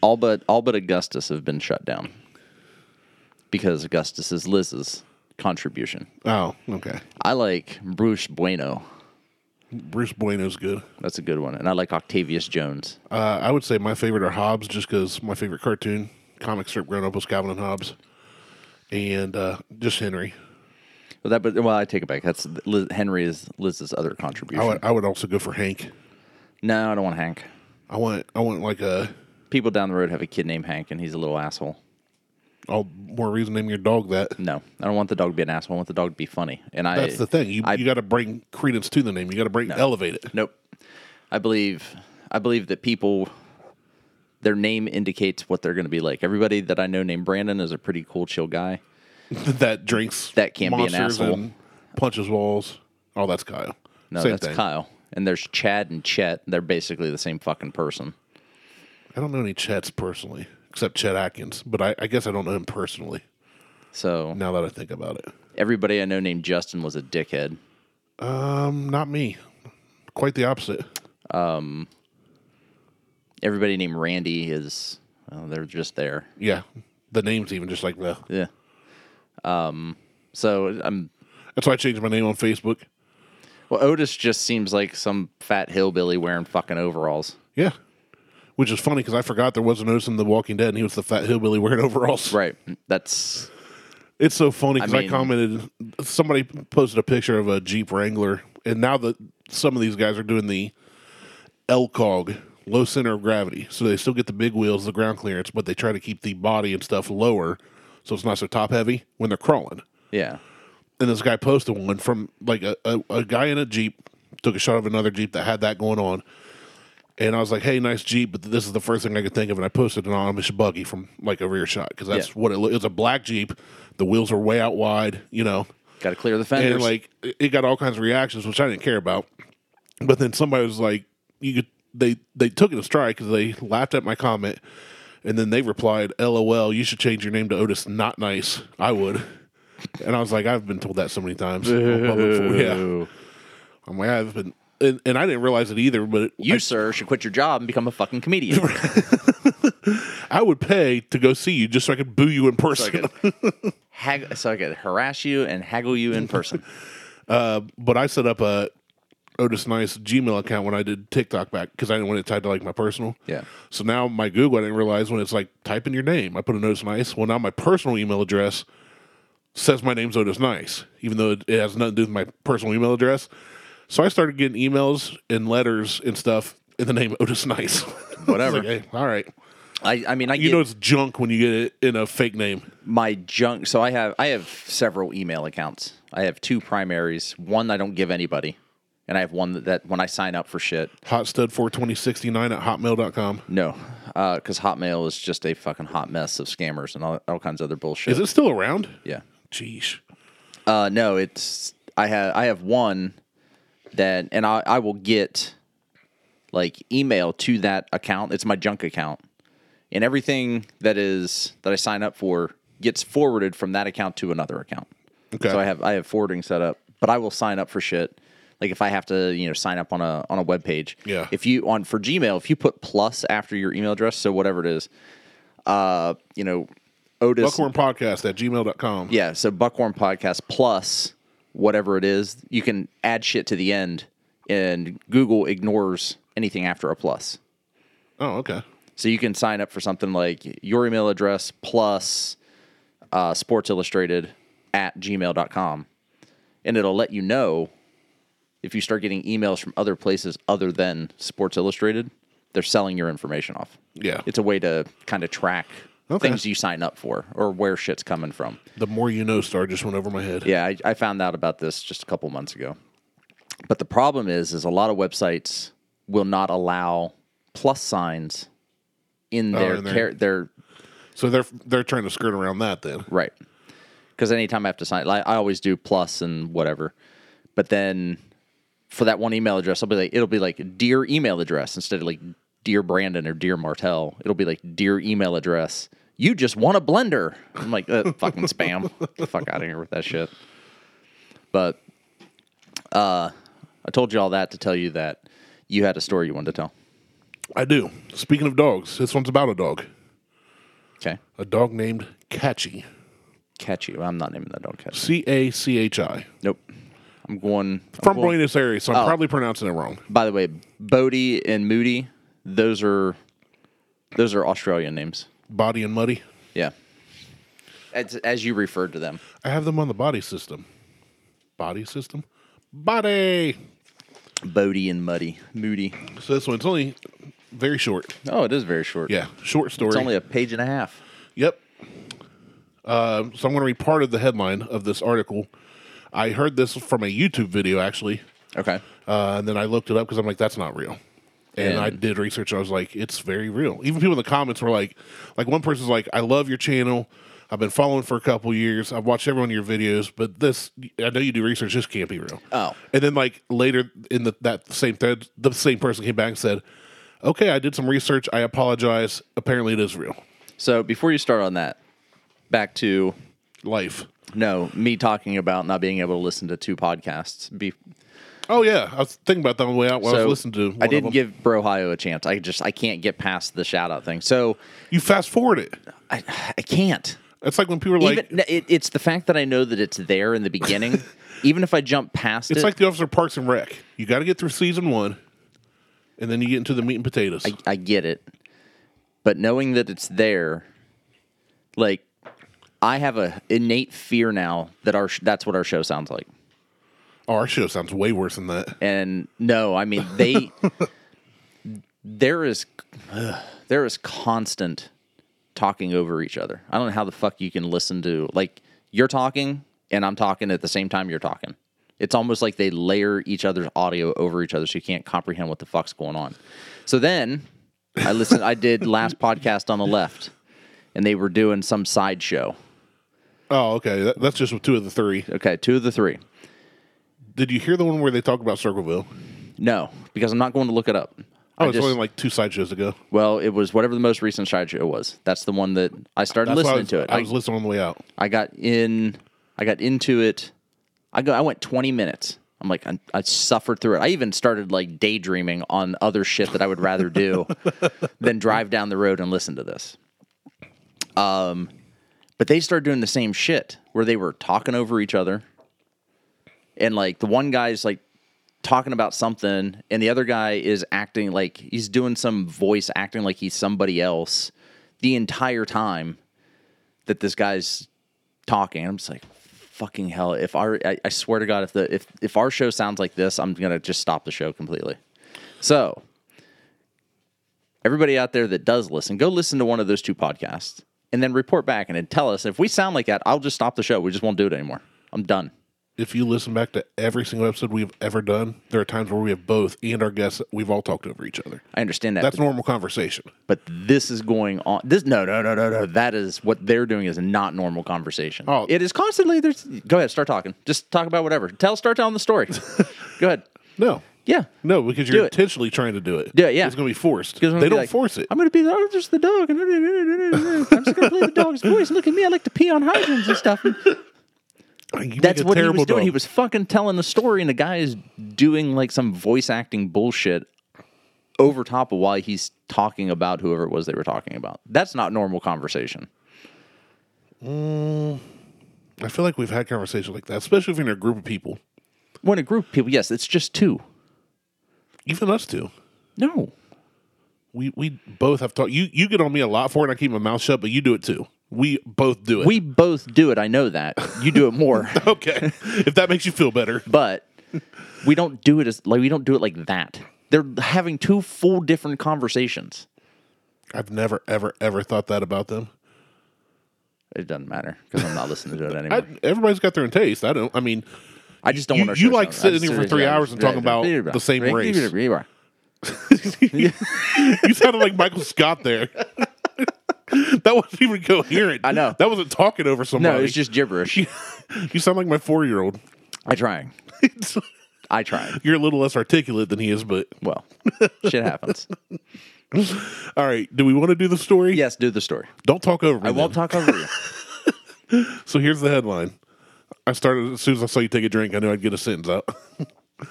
Speaker 1: all but all but Augustus have been shut down because Augustus is Liz's contribution.
Speaker 2: Oh, okay.
Speaker 1: I like Bruce Bueno.
Speaker 2: Bruce Bueno's good.
Speaker 1: That's a good one. And I like Octavius Jones.
Speaker 2: Uh, I would say my favorite are Hobbs, just because my favorite cartoon comic strip growing up was Calvin and Hobbes, and uh, just Henry.
Speaker 1: Well, that, but well, I take it back. That's Liz, Henry is Liz's other
Speaker 2: I
Speaker 1: contribution.
Speaker 2: would, I would also go for Hank.
Speaker 1: no, I don't want Hank.
Speaker 2: I want I want like a
Speaker 1: People down the road have a kid named Hank, and he's a little asshole.
Speaker 2: all more reason to name your dog that.
Speaker 1: No, I don't want the dog to be an asshole. I want the dog to be funny. And I
Speaker 2: That's the thing. You
Speaker 1: I-
Speaker 2: you got to bring credence to the name. You got to bring elevate it.
Speaker 1: Nope. I believe I believe that people their name indicates what they're going to be like. Everybody that I know named Brandon is a pretty cool, chill guy.
Speaker 2: that drinks
Speaker 1: That can't be an
Speaker 2: monsters
Speaker 1: asshole.
Speaker 2: and punches walls. Oh, that's Kyle.
Speaker 1: No,
Speaker 2: Same
Speaker 1: that's
Speaker 2: thing.
Speaker 1: Kyle. And there's Chad and Chet. They're basically the same fucking person.
Speaker 2: I don't know any Chets personally, except Chet Atkins. But I, I guess I don't know him personally.
Speaker 1: So
Speaker 2: Now that I think about it,
Speaker 1: everybody I know named Justin was a dickhead.
Speaker 2: um, not me. Quite the opposite.
Speaker 1: Everybody named Randy is well, they're just there.
Speaker 2: Yeah, the name's even just like the.
Speaker 1: Yeah. Um. So I'm
Speaker 2: That's why I changed my name on Facebook.
Speaker 1: well. Otis just seems like some fat hillbilly wearing fucking overalls.
Speaker 2: Yeah, which is funny because I forgot there was an Otis in The Walking Dead, and he was the fat hillbilly wearing overalls.
Speaker 1: Right. Mm, That's
Speaker 2: It's so funny because I,
Speaker 1: mean-
Speaker 2: commented. Somebody posted a picture of a Jeep Wrangler, and now that some of these guys are doing the LCOG, low center of gravity, so they still get the big wheels, the ground clearance, but they try to keep the body and stuff lower, so it's not so top heavy when they're crawling.
Speaker 1: yeah.
Speaker 2: And this guy posted one from like a, a, a guy in a Jeep took a shot of another Jeep that had that going on. And I was like, hey, nice Jeep, but this is the first thing I could think of. And I posted an anonymous buggy from like a rear shot because that's
Speaker 1: Yeah.
Speaker 2: what it looked. It was a black Jeep. The wheels were way out wide, you know.
Speaker 1: Got to clear the
Speaker 2: And
Speaker 1: fenders.
Speaker 2: like it- it got all kinds of reactions, which I didn't care about. But then somebody was like, you could, they, they took it a strike because they laughed at my comment. And then they replied, LOL, you should change your name to Otis Not Nice. I would. And I was like, I've been told that so many times. on public fo- yeah.
Speaker 1: Ooh.
Speaker 2: I'm like, I've been, and, and I didn't realize it either, but it,
Speaker 1: You, sir, should quit your job and become a fucking comedian.
Speaker 2: I would pay to go see you just so I could boo you in person.
Speaker 1: Hag- so I could harass you and haggle you in person.
Speaker 2: but I set up a Otis Nice Gmail account when I did TikTok back because I didn't want it tied to like my personal.
Speaker 1: Yeah.
Speaker 2: So now my Google, I didn't realize when it's like type in your name, I put an Otis Nice. Well, now my personal email address says my name's Otis Nice, even though it, it has nothing to do with my personal email address. So I started getting emails and letters and stuff in the name Otis Nice. I was
Speaker 1: Whatever.
Speaker 2: like, "Hey, all right.
Speaker 1: I, I mean, I
Speaker 2: You
Speaker 1: get
Speaker 2: know it's junk when you get it in a fake name.
Speaker 1: my junk. So I have I have several email accounts. I have two primaries. One I don't give anybody, and I have one that, that when I sign up for shit,
Speaker 2: Hotstud42069 at hotmail.com.
Speaker 1: no, because Hotmail is just a fucking hot mess of scammers and all, all kinds of other bullshit.
Speaker 2: Is it still around?
Speaker 1: Yeah.
Speaker 2: Jeez.
Speaker 1: Uh, no, it's I have I have one that, and I I will get like email to that account. It's my junk account, and everything that is that I sign up for gets forwarded from that account to another account.
Speaker 2: Okay.
Speaker 1: So I have I have forwarding set up, but I will sign up for shit. Like if I have to, you know, sign up on a on a web page.
Speaker 2: Yeah.
Speaker 1: If you on for Gmail, if you put plus after your email address, so whatever it is, uh, you know, Otis
Speaker 2: Buckhorn Podcast at gmail.com.
Speaker 1: yeah, so Buckhorn Podcast plus whatever it is, you can add shit to the end, and Google ignores anything after a plus.
Speaker 2: Oh, okay.
Speaker 1: So you can sign up for something like your email address plus uh, Sports Illustrated at gmail.com, and it'll let you know if you start getting emails from other places other than Sports Illustrated they're selling your information off.
Speaker 2: Yeah.
Speaker 1: It's a way to kind of track
Speaker 2: Okay.
Speaker 1: things you sign up for or where shit's coming from.
Speaker 2: The more you know star just went over my head.
Speaker 1: Yeah, I, I found out about this just a couple months ago. But the problem is, is a lot of websites will not allow plus signs in
Speaker 2: Oh,
Speaker 1: their
Speaker 2: in their-
Speaker 1: char- their
Speaker 2: So they're they're trying to skirt around that then.
Speaker 1: Right. Because anytime I have to sign, like, I always do plus and whatever. But then for that one email address, I'll be like, it'll be like dear email address instead of like dear Brandon or dear Martel. It'll be like dear email address. You just want a blender. I'm like, uh, fucking spam. Get the fuck out of here with that shit. But uh, I told you all that to tell you that you had a story you wanted to tell.
Speaker 2: I do. Speaking of dogs, this one's about a dog.
Speaker 1: Okay.
Speaker 2: A dog named Catchy.
Speaker 1: Catch you. I'm not naming that dog catch.
Speaker 2: C A C H I.
Speaker 1: Nope. I'm going I'm
Speaker 2: From
Speaker 1: going-
Speaker 2: Buenos Aires,
Speaker 1: oh.
Speaker 2: so I'm probably pronouncing it wrong.
Speaker 1: By the way, Bodie and Moody, those are those are Australian names.
Speaker 2: Body and muddy.
Speaker 1: Yeah. As, as you referred to them.
Speaker 2: I have them on the body system. Body system? Body.
Speaker 1: Bodie and Muddy. Moody.
Speaker 2: So this one's only very short.
Speaker 1: Oh, it is very short.
Speaker 2: Yeah, short story.
Speaker 1: It's only a page and a half.
Speaker 2: Yep. Um, so I'm going to read part of the headline of this article. I heard this from a YouTube video actually,
Speaker 1: Okay.
Speaker 2: uh, and then I looked it up because I'm like, that's not real. And, I
Speaker 1: And-
Speaker 2: did research. And I was like, it's very real. Even people in the comments were like, like one person's like, I love your channel. I've been following for a couple years. I've watched every one of your videos, but this, I know you do research. This can't be real.
Speaker 1: Oh.
Speaker 2: And then like later in the, that same thread, the same person came back and said, okay, I did some research. I apologize. Apparently it is real.
Speaker 1: So before you start on that, back to
Speaker 2: Life.
Speaker 1: no, me talking about not being able to listen to two podcasts. Be,
Speaker 2: Oh yeah, I was thinking about that on the way out while I
Speaker 1: so
Speaker 2: was listening to. One
Speaker 1: I
Speaker 2: of them.
Speaker 1: didn't give Brohio a chance. I just I can't get past the shout out thing. So
Speaker 2: you fast forward it.
Speaker 1: I I can't.
Speaker 2: It's like when people are like,
Speaker 1: even no, it, it's the fact that I know that it's there in the beginning. even if I jump past
Speaker 2: it's
Speaker 1: it,
Speaker 2: like the Officer Parks and Rec. You got to get through season one, and then you get into the meat and potatoes.
Speaker 1: I get it. But knowing that it's there, like I have a innate fear now that our sh- that's what our show sounds like.
Speaker 2: oh, our show sounds way worse than that.
Speaker 1: And no, I mean they there is there is constant talking over each other. I don't know how the fuck you can listen to like you're talking and I'm talking at the same time you're talking. It's almost like they layer each other's audio over each other so you can't comprehend what the fuck's going on. So then I listened I did last podcast on the left and they were doing some sideshow.
Speaker 2: Oh, okay, that, that's just two of the three.
Speaker 1: Okay, two of the three.
Speaker 2: Did you hear the one where they talk about Circleville?
Speaker 1: No, because I'm not going to look it up. I
Speaker 2: Oh, it's
Speaker 1: just-
Speaker 2: only like two sideshows ago.
Speaker 1: Well, it was whatever the most recent sideshow was. That's the one that I started
Speaker 2: That's why
Speaker 1: listening
Speaker 2: I was,
Speaker 1: to it.
Speaker 2: I
Speaker 1: I,
Speaker 2: was listening on the way out.
Speaker 1: I got in. I got into it. I go. I went 20 minutes. I'm like, I, I suffered through it. I even started like daydreaming on other shit that I would rather do than drive down the road and listen to this. Um, but they started doing the same shit where they were talking over each other, and like the one guy's like talking about something, and the other guy is acting like he's doing some voice acting like he's somebody else the entire time that this guy's talking. I'm just like, fucking hell! If our, I, I swear to God, if the if if our show sounds like this, I'm gonna just stop the show completely. So, everybody out there that does listen, go listen to one of those two podcasts, and then report back and then tell us if we sound like that. I'll just stop the show. We just won't do it anymore. I'm done.
Speaker 2: If you listen back to every single episode we've ever done, there are times where we have both and our guests we've all talked over each other.
Speaker 1: I understand that,
Speaker 2: That's
Speaker 1: but,
Speaker 2: normal conversation.
Speaker 1: but this is going on. This no, no, no, no, no. That is what they're doing is not normal conversation.
Speaker 2: Oh.
Speaker 1: it is constantly. There's go ahead, start talking. Just talk about whatever. Tell, start telling the story. go ahead.
Speaker 2: No.
Speaker 1: Yeah.
Speaker 2: No, because
Speaker 1: Do
Speaker 2: you're
Speaker 1: it.
Speaker 2: intentionally trying to do it.
Speaker 1: Yeah, yeah.
Speaker 2: It's going to be forced. They
Speaker 1: Because I'm gonna
Speaker 2: don't
Speaker 1: be like,
Speaker 2: force it.
Speaker 1: I'm going to be the, oh, there's the dog. and I'm just going to play the dog's voice. Look at me. I like to pee on hydrants and stuff.
Speaker 2: You make
Speaker 1: That's
Speaker 2: a
Speaker 1: what he was
Speaker 2: terrible
Speaker 1: doing.
Speaker 2: dog.
Speaker 1: He was fucking telling the story, and the guy is doing like some voice acting bullshit over top of why he's talking about whoever it was they were talking about. That's not normal conversation.
Speaker 2: I feel like we've had conversations like that, especially if you're in a group of people,
Speaker 1: When a group of people, yes, it's just two.
Speaker 2: even us two.
Speaker 1: No.
Speaker 2: We we both have talked. You you get on me a lot for it. and I keep my mouth shut, but you do it too. We both do it.
Speaker 1: We both do it. I know that. You do it more.
Speaker 2: okay. if that makes you feel better,
Speaker 1: but we don't do it as like we don't do it like that. They're having two full different conversations.
Speaker 2: I've never, ever, ever thought that about them.
Speaker 1: It doesn't matter because I'm not listening to it anymore.
Speaker 2: I, everybody's got their own taste. I don't. I mean,
Speaker 1: I just don't
Speaker 2: You-
Speaker 1: want to.
Speaker 2: you like sitting here for three hours and talking about the same race. you sounded like Michael Scott there. that wasn't even coherent.
Speaker 1: I know.
Speaker 2: That wasn't talking over somebody.
Speaker 1: No, it's just gibberish.
Speaker 2: you sound like my four year old.
Speaker 1: I trying. I trying.
Speaker 2: You're a little less articulate than he is, but
Speaker 1: Well, shit happens.
Speaker 2: all right. Do we want to do the story?
Speaker 1: Yes, do the story.
Speaker 2: Don't talk over me.
Speaker 1: I won't talk over you.
Speaker 2: So here's the headline. I started as soon as I saw you take a drink. I knew I'd get a sentence out.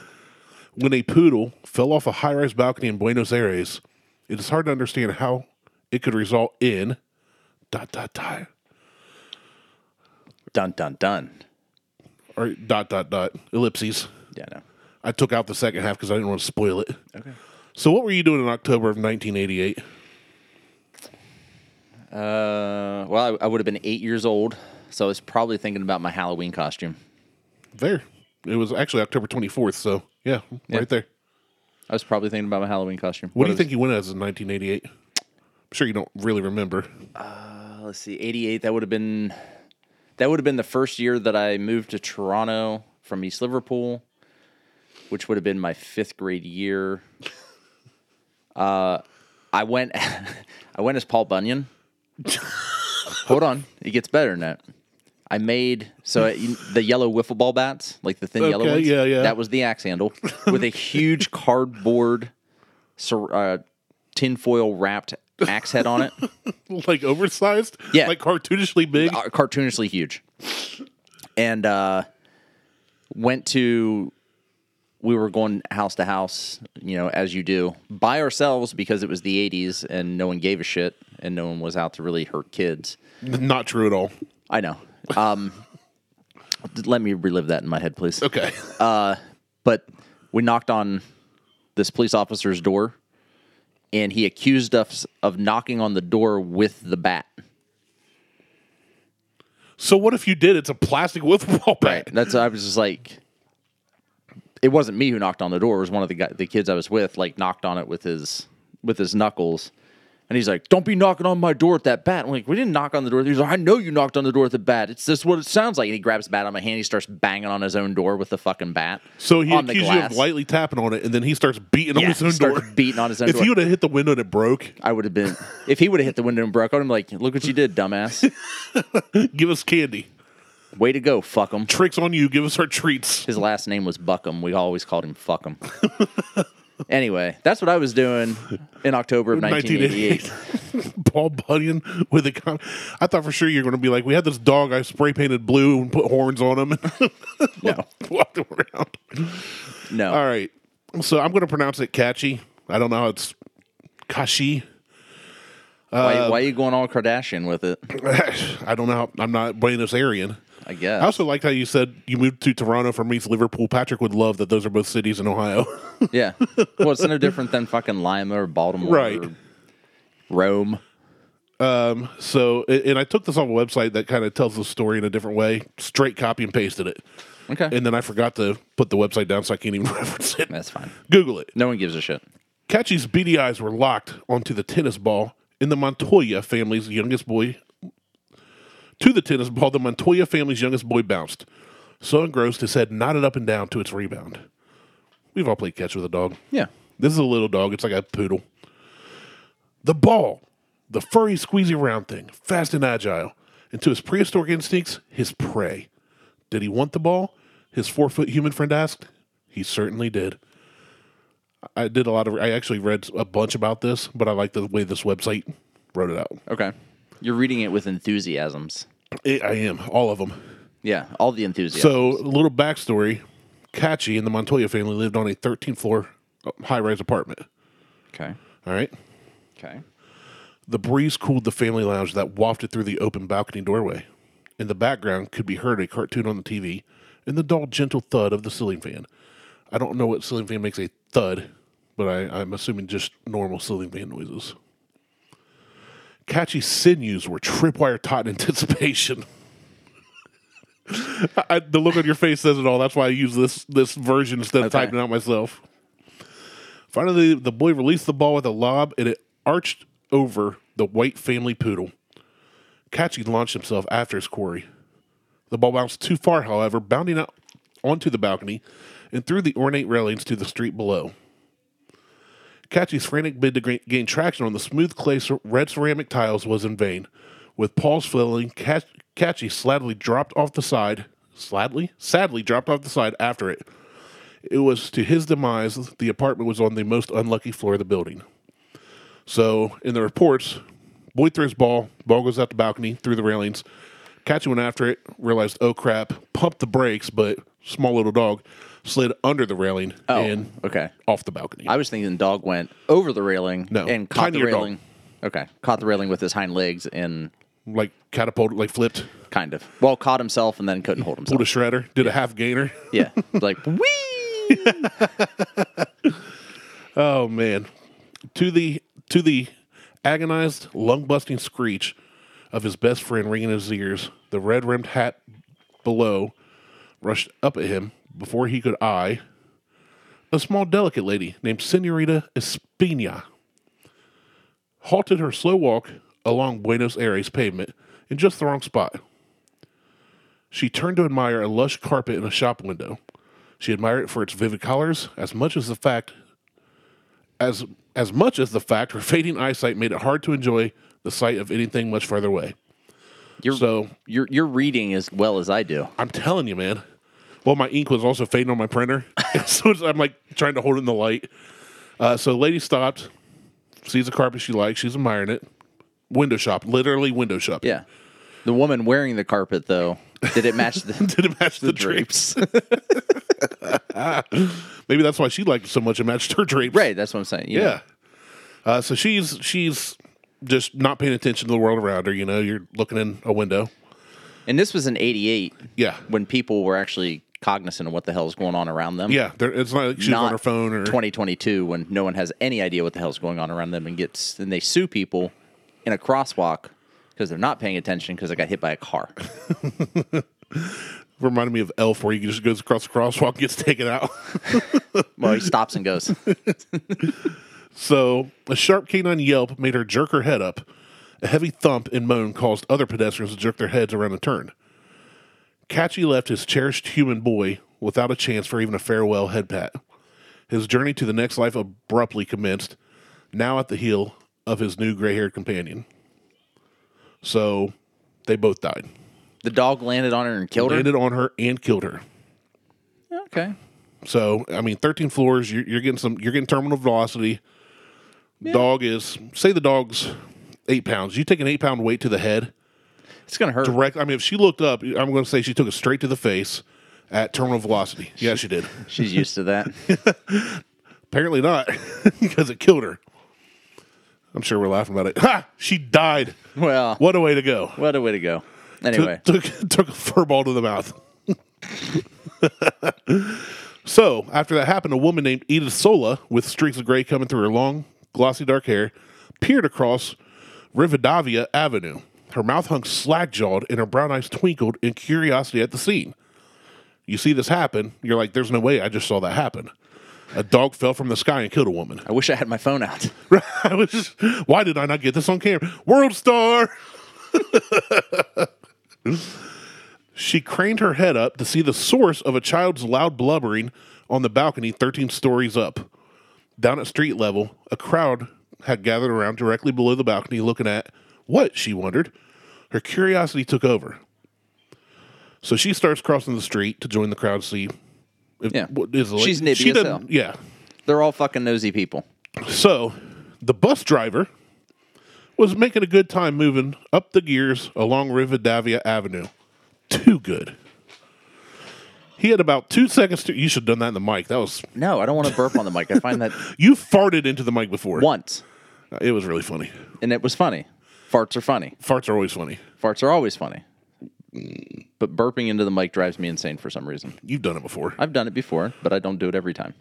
Speaker 2: when a poodle fell off a high-rise balcony in Buenos Aires, it is hard to understand how it could result in dot dot dot
Speaker 1: Dun dun dun.
Speaker 2: or dot dot dot ellipses.
Speaker 1: Yeah, no.
Speaker 2: I took out the second half because I didn't want to spoil it. Okay. So what were you doing in October of 1988?
Speaker 1: Uh, well, I, I would have been eight years old, so I was probably thinking about my Halloween costume.
Speaker 2: There. It was actually October 24th. So yeah, right there.
Speaker 1: I was probably thinking about my Halloween costume.
Speaker 2: What, do you
Speaker 1: was-
Speaker 2: think you went as in 1988? I'm sure you don't really remember.
Speaker 1: Uh, let's see, '88. That would have been that would have been the first year that I moved to Toronto from East Liverpool, which would have been my fifth grade year. Uh, I went, I went as Paul Bunyan. Hold on, it gets better than that. I made so uh, you- the yellow wiffle ball bats, like the thin yellow
Speaker 2: Okay,
Speaker 1: ones.
Speaker 2: yeah, yeah.
Speaker 1: That was the axe handle with a huge cardboard, sur- uh, tinfoil wrapped axe head on it.
Speaker 2: like oversized,
Speaker 1: Yeah.
Speaker 2: like cartoonishly big.
Speaker 1: uh, cartoonishly huge. And uh, went to, we were going house to house, you know, as you do, by ourselves because it was the 80s and no one gave a shit and no one was out to really hurt kids.
Speaker 2: Not true at all.
Speaker 1: I know. Um, let me relive that in my head, please.
Speaker 2: Okay,
Speaker 1: But we knocked on this police officer's door and he accused us of knocking on the door with the bat.
Speaker 2: so what if you did? It's a plastic wiffle ball bat.
Speaker 1: That's I was just like, it wasn't me who knocked on the door. It was one of the guy, the kids I was with, like knocked on it with his with his knuckles, and he's like, "Don't be knocking on my door with that bat." I'm like, "We didn't knock on the door." He's like, "I know you knocked on the door with the bat. It's just what it sounds like." And he grabs the bat out of my hand. He starts banging on his own door with the fucking bat.
Speaker 2: So he
Speaker 1: on
Speaker 2: accused you of lightly tapping on it, and then he starts beating on
Speaker 1: Yeah,
Speaker 2: his own
Speaker 1: starts
Speaker 2: door.
Speaker 1: beating on his own
Speaker 2: If
Speaker 1: door.
Speaker 2: he would have hit the window and it broke,
Speaker 1: I would have been if he would have hit the window and broke. I'd have been like, "Look what you did, dumbass!
Speaker 2: give us candy.
Speaker 1: Way to go, fuck him."
Speaker 2: Tricks on you. Give us our treats.
Speaker 1: His last name was Buckham. We always called him Fuckham. anyway, that's what I was doing in October of 1988.
Speaker 2: 1988. Paul Bunyan with a con- I thought for sure you were going to be like, we had this dog I spray painted blue and put horns on him and
Speaker 1: No,
Speaker 2: walked him around.
Speaker 1: no.
Speaker 2: All right. So I'm going to pronounce it catchy. I don't know how it's Kashi. uh,
Speaker 1: why, why are you going all Kardashian with it?
Speaker 2: I don't know. How, I'm not Buenos Airian.
Speaker 1: I guess.
Speaker 2: I also liked how you said you moved to Toronto from East Liverpool. Patrick would love that those are both cities in Ohio.
Speaker 1: yeah. Well, it's no different than fucking Lima or Baltimore
Speaker 2: Right.
Speaker 1: or Rome.
Speaker 2: so, a- and I took this off a website that kind of tells the story in a different way, straight copy and pasted it.
Speaker 1: Okay.
Speaker 2: And then I forgot to put the website down, so I can't even reference it.
Speaker 1: That's fine.
Speaker 2: Google it.
Speaker 1: No one gives a shit.
Speaker 2: Catchy's beady eyes were locked onto the tennis ball in the Montoya family's youngest boy. To the tennis ball, the Montoya family's youngest boy bounced. So engrossed, his head nodded up and down to its rebound. We've all played catch with a dog.
Speaker 1: Yeah.
Speaker 2: This is a little dog. It's like a poodle. The ball, the furry, squeezy round thing, fast and agile. And to his prehistoric instincts, his prey. Did he want the ball? His four foot human friend asked. He certainly did. I did a lot of, I actually read a bunch about this, but I like the way this website wrote it out.
Speaker 1: Okay. You're reading it with enthusiasms.
Speaker 2: I I am, all of them.
Speaker 1: Yeah. All the enthusiasm.
Speaker 2: So, a little backstory Catchy and the Montoya family lived on a 13th floor high rise apartment.
Speaker 1: okay.
Speaker 2: All right.
Speaker 1: Okay.
Speaker 2: The breeze cooled the family lounge that wafted through the open balcony doorway. In the background could be heard a cartoon on the TV and the dull, gentle thud of the ceiling fan. I don't know what ceiling fan makes a thud, but I, I'm assuming just normal ceiling fan noises. Catchy sinews were tripwire taut in anticipation. I- I, the look on your face says it all. That's why I use this this version instead of
Speaker 1: Okay.
Speaker 2: typing it out myself. Finally, the boy released the ball with a lob and it arched over the white family poodle. Kachi launched himself after his quarry. The ball bounced too far, however, bounding out onto the balcony and through the ornate railings to the street below. Kachi's frantic bid to gra- gain traction on the smooth clay cer- red ceramic tiles was in vain. With paws flailing, Ka- Kachi sladly dropped off the side. Sladly? Sadly dropped off the side after it. It was to his demise the apartment was on the most unlucky floor of the building. So, in the reports, boy throws ball, ball goes out the balcony through the railings. Kachi went after it, realized, oh crap, pumped the brakes, but small little dog slid under the railing
Speaker 1: Oh,
Speaker 2: and
Speaker 1: okay.
Speaker 2: off the balcony.
Speaker 1: I was thinking dog went over the railing
Speaker 2: No,
Speaker 1: and caught the
Speaker 2: tinier dog.
Speaker 1: railing. Okay, caught the railing with his hind legs and
Speaker 2: like catapulted, like flipped,
Speaker 1: kind of well caught himself and then couldn't hold himself.
Speaker 2: pulled a shredder, did a half gainer.
Speaker 1: yeah, like wee.
Speaker 2: Oh man, to the to the agonized, lung busting screech of his best friend ringing in his ears, the red rimmed hat below rushed up at him before he could eye a small, delicate lady named Senorita Espina. Halted her slow walk along Buenos Aires pavement in just the wrong spot. She turned to admire a lush carpet in a shop window. She admired it for its vivid colors as much as the fact as as much as the fact her fading eyesight made it hard to enjoy the sight of anything much further away.
Speaker 1: You're,
Speaker 2: So-
Speaker 1: you're you're reading as well as I do.
Speaker 2: I'm telling you, man. Well, my ink was also fading on my printer, so it's- I'm like trying to hold it in the light. Uh, so, the lady stopped, sees a carpet she likes, she's admiring it. Window shop, literally window shop.
Speaker 1: Yeah, the woman wearing the carpet though, did it match the,
Speaker 2: Did it match the,
Speaker 1: the
Speaker 2: drapes?
Speaker 1: drapes?
Speaker 2: Maybe that's why she liked it so much. It matched her drapes.
Speaker 1: right, that's what I'm saying. you know.
Speaker 2: Yeah. Uh, so she's she's just not paying attention to the world around her. You know, you're looking in a window.
Speaker 1: and this was in '88.
Speaker 2: Yeah.
Speaker 1: when people were actually cognizant of what the hell's going on around them.
Speaker 2: Yeah. There, it's not like she's
Speaker 1: not
Speaker 2: on her phone or
Speaker 1: 2022 when no one has any idea what the hell's going on around them and gets and they sue people in a crosswalk because they're not paying attention because they got hit by a car.
Speaker 2: reminded me of Elf, where he just goes across the crosswalk, and gets taken out.
Speaker 1: well, he stops and goes.
Speaker 2: So a sharp canine yelp made her jerk her head up. A heavy thump and moan caused other pedestrians to jerk their heads around the turn. Catchy left his cherished human boy without a chance for even a farewell head pat. His journey to the next life abruptly commenced, now at the heel of his new gray haired companion. So they both died.
Speaker 1: The dog landed on her and killed
Speaker 2: Landed on her and killed her.
Speaker 1: her. Okay.
Speaker 2: So I mean, thirteen floors. You're, you're getting some. You're getting terminal velocity. Dog is say the dog's eight pounds. You take an eight pound weight to the head
Speaker 1: It's gonna hurt.
Speaker 2: direct. I mean, if she looked up, I'm going to say she took it straight to the face at terminal velocity. Yeah, she did.
Speaker 1: She's used to that.
Speaker 2: Apparently not because it killed her. I'm sure we're laughing about it. Ha! She died.
Speaker 1: Well,
Speaker 2: What a way to go.
Speaker 1: what a way to go. Anyway,
Speaker 2: took, took took a fur ball to the mouth. so after that happened, a woman named Edith Sola, with streaks of gray coming through her long, glossy dark hair, peered across Rivadavia Avenue. Her mouth hung slack jawed, and her brown eyes twinkled in curiosity at the scene. You see this happen, you're like, "There's no way! I just saw that happen." A dog fell from the sky and killed a woman.
Speaker 1: I wish I had my phone out.
Speaker 2: I was just, why did I not get this on camera? World star. she craned her head up to see the source of a child's loud blubbering on the balcony 13 stories up. Down at street level, a crowd had gathered around directly below the balcony looking at what she wondered. Her curiosity took over. So she starts crossing the street to join the crowd to see if
Speaker 1: Yeah.
Speaker 2: what is the
Speaker 1: She's
Speaker 2: lady-
Speaker 1: nippy as
Speaker 2: doesn't-
Speaker 1: hell.
Speaker 2: Yeah.
Speaker 1: They're all fucking nosy people.
Speaker 2: So, the bus driver was making a good time moving up the gears along Rivadavia Avenue. Too good. He had about two seconds to. You should have done that in the mic. That was.
Speaker 1: No, I don't want to burp on the mic. I find that
Speaker 2: You farted into the mic before.
Speaker 1: once,
Speaker 2: It was really funny.
Speaker 1: and it was funny. Farts are funny.
Speaker 2: Farts are always funny.
Speaker 1: Farts are always funny. But burping into the mic drives me insane for some reason.
Speaker 2: You've done it before.
Speaker 1: I've done it before, but I don't do it every time.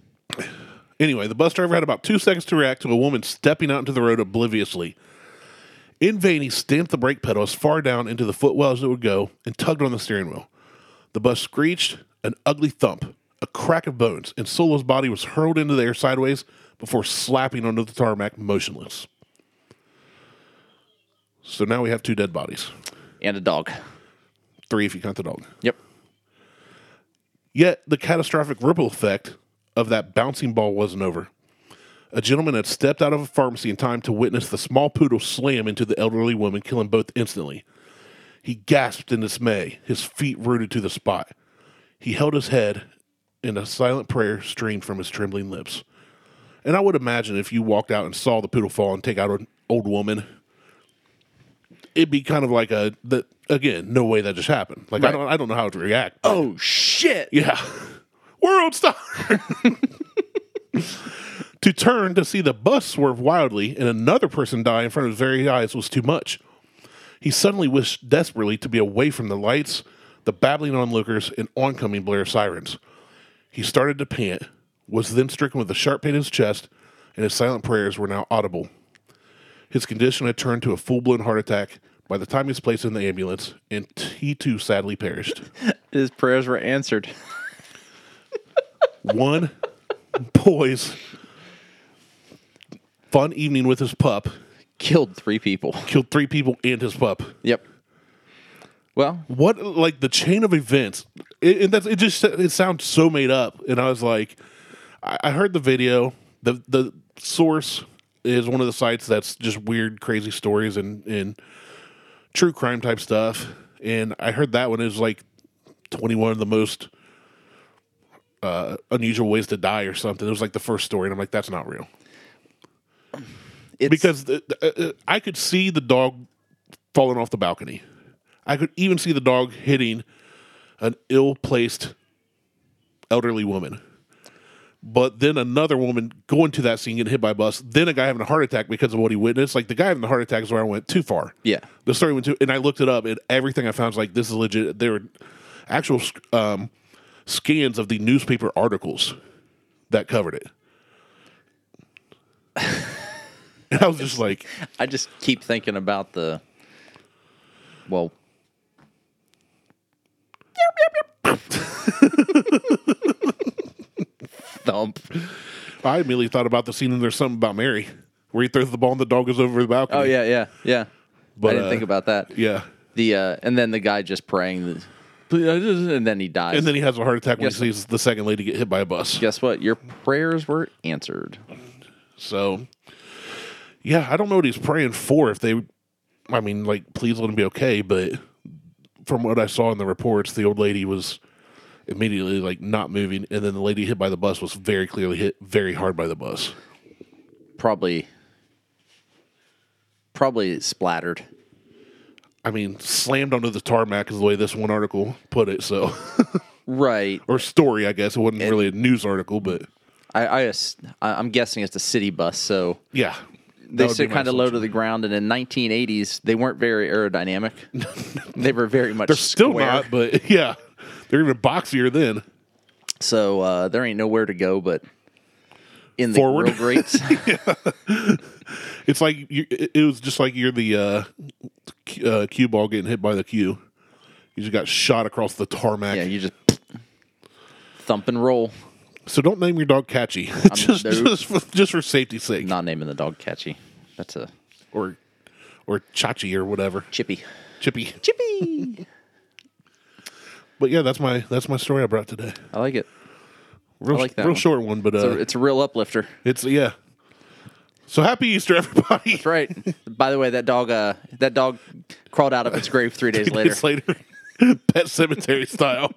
Speaker 2: Anyway, the bus driver had about two seconds to react to a woman stepping out into the road obliviously. In vain, he stamped the brake pedal as far down into the footwell as it would go and tugged on the steering wheel. The bus screeched, an ugly thump, a crack of bones, and Solo's body was hurled into the air sideways before slapping onto the tarmac motionless. So now we have two dead bodies,
Speaker 1: and a dog.
Speaker 2: three if you count the dog.
Speaker 1: Yep.
Speaker 2: Yet the catastrophic ripple effect of that bouncing ball wasn't over. A gentleman had stepped out of a pharmacy in time to witness the small poodle slam into the elderly woman, killing both instantly. He gasped in dismay, his feet rooted to the spot. He held his head, and a silent prayer streamed from his trembling lips. And I would imagine if you walked out and saw the poodle fall and take out an old woman, it'd be kind of like a the, again, no way that just happened. Like I
Speaker 1: Right.
Speaker 2: don't, I don't know how to react.
Speaker 1: Oh shit!
Speaker 2: Yeah. World star. to turn to see the bus swerve wildly and another person die in front of his very eyes was too much. He suddenly wished desperately to be away from the lights, the babbling onlookers, and oncoming blare of sirens. He started to pant, was then stricken with a sharp pain in his chest, and his silent prayers were now audible. His condition had turned to a full blown heart attack by the time he was placed in the ambulance, and he too sadly perished.
Speaker 1: His prayers were answered.
Speaker 2: one boy's fun evening with his pup
Speaker 1: Killed three people.
Speaker 2: killed three people and his pup.
Speaker 1: Yep. Well,
Speaker 2: What like the chain of events? It, it, that's, it just it sounds so made up, and I was like, I, I heard the video. the The source is one of the sites that's just weird, crazy stories and and true crime type stuff. And I heard that one is like twenty one of the most uh, unusual ways to die or something. It was like the first story, and I'm like, that's not real
Speaker 1: it's
Speaker 2: because the, the, uh, uh, I could see the dog falling off the balcony. I could even see the dog hitting an ill-placed elderly woman. But then another woman going to that scene getting hit by a bus. Then a guy having a heart attack because of what he witnessed. Like the guy having the heart attack is where I went too far.
Speaker 1: Yeah.
Speaker 2: the story went too. And I looked it up, and everything I found was like this is legit. There were actual um, scans of the newspaper articles that covered it. And I was just like,
Speaker 1: I just keep thinking about the. Well, thump.
Speaker 2: I immediately thought about the scene in There's Something About Mary, where he throws the ball and the dog goes over the balcony.
Speaker 1: Oh yeah, yeah, yeah.
Speaker 2: But,
Speaker 1: I didn't
Speaker 2: uh,
Speaker 1: think about that.
Speaker 2: Yeah.
Speaker 1: The uh, and then the guy just praying, the, and then he dies.
Speaker 2: And then he has a heart attack when
Speaker 1: Yes.
Speaker 2: he sees the second lady get hit by a bus.
Speaker 1: guess what? Your prayers were answered.
Speaker 2: So, yeah, I don't know what he's praying for. If they, I mean, like, please let him be okay. But from what I saw in the reports, the old lady was immediately, like, not moving. And then the lady hit by the bus was very clearly hit very hard by the bus.
Speaker 1: Probably, probably splattered.
Speaker 2: I mean, slammed onto the tarmac is the way this one article put it. So,
Speaker 1: Right.
Speaker 2: or story, I guess. It wasn't really a news article, but
Speaker 1: I, I ass- I- I'm guessing it's a city bus, so
Speaker 2: yeah.
Speaker 1: they
Speaker 2: That would
Speaker 1: sit
Speaker 2: be my
Speaker 1: kind of low
Speaker 2: assumption.
Speaker 1: to the ground. And in 1980s, they weren't very aerodynamic. they were very much
Speaker 2: They're still
Speaker 1: square.
Speaker 2: not, but yeah, they're even boxier then.
Speaker 1: So uh, there ain't nowhere to go but in the
Speaker 2: Forward.
Speaker 1: grill grates.
Speaker 2: It's like you, it it was just like you're the uh, c- uh, cue ball getting hit by the cue. You just got shot across the tarmac.
Speaker 1: yeah, you just thump and roll.
Speaker 2: so don't name your dog Catchy, just,
Speaker 1: no.
Speaker 2: just, for, just for safety's sake,
Speaker 1: Not naming the dog catchy. That's a
Speaker 2: or or Chachi or whatever,
Speaker 1: chippy.
Speaker 2: Chippy.
Speaker 1: Chippy.
Speaker 2: But yeah, that's my that's my story I brought today.
Speaker 1: I like it.
Speaker 2: Real,
Speaker 1: I like that
Speaker 2: real
Speaker 1: one.
Speaker 2: short one, but uh,
Speaker 1: So it's a real uplifter.
Speaker 2: it's yeah. So happy Easter, everybody!
Speaker 1: That's right. By the way, that dog uh, that dog crawled out of its grave three days later.
Speaker 2: It's later, Pet Cemetery style.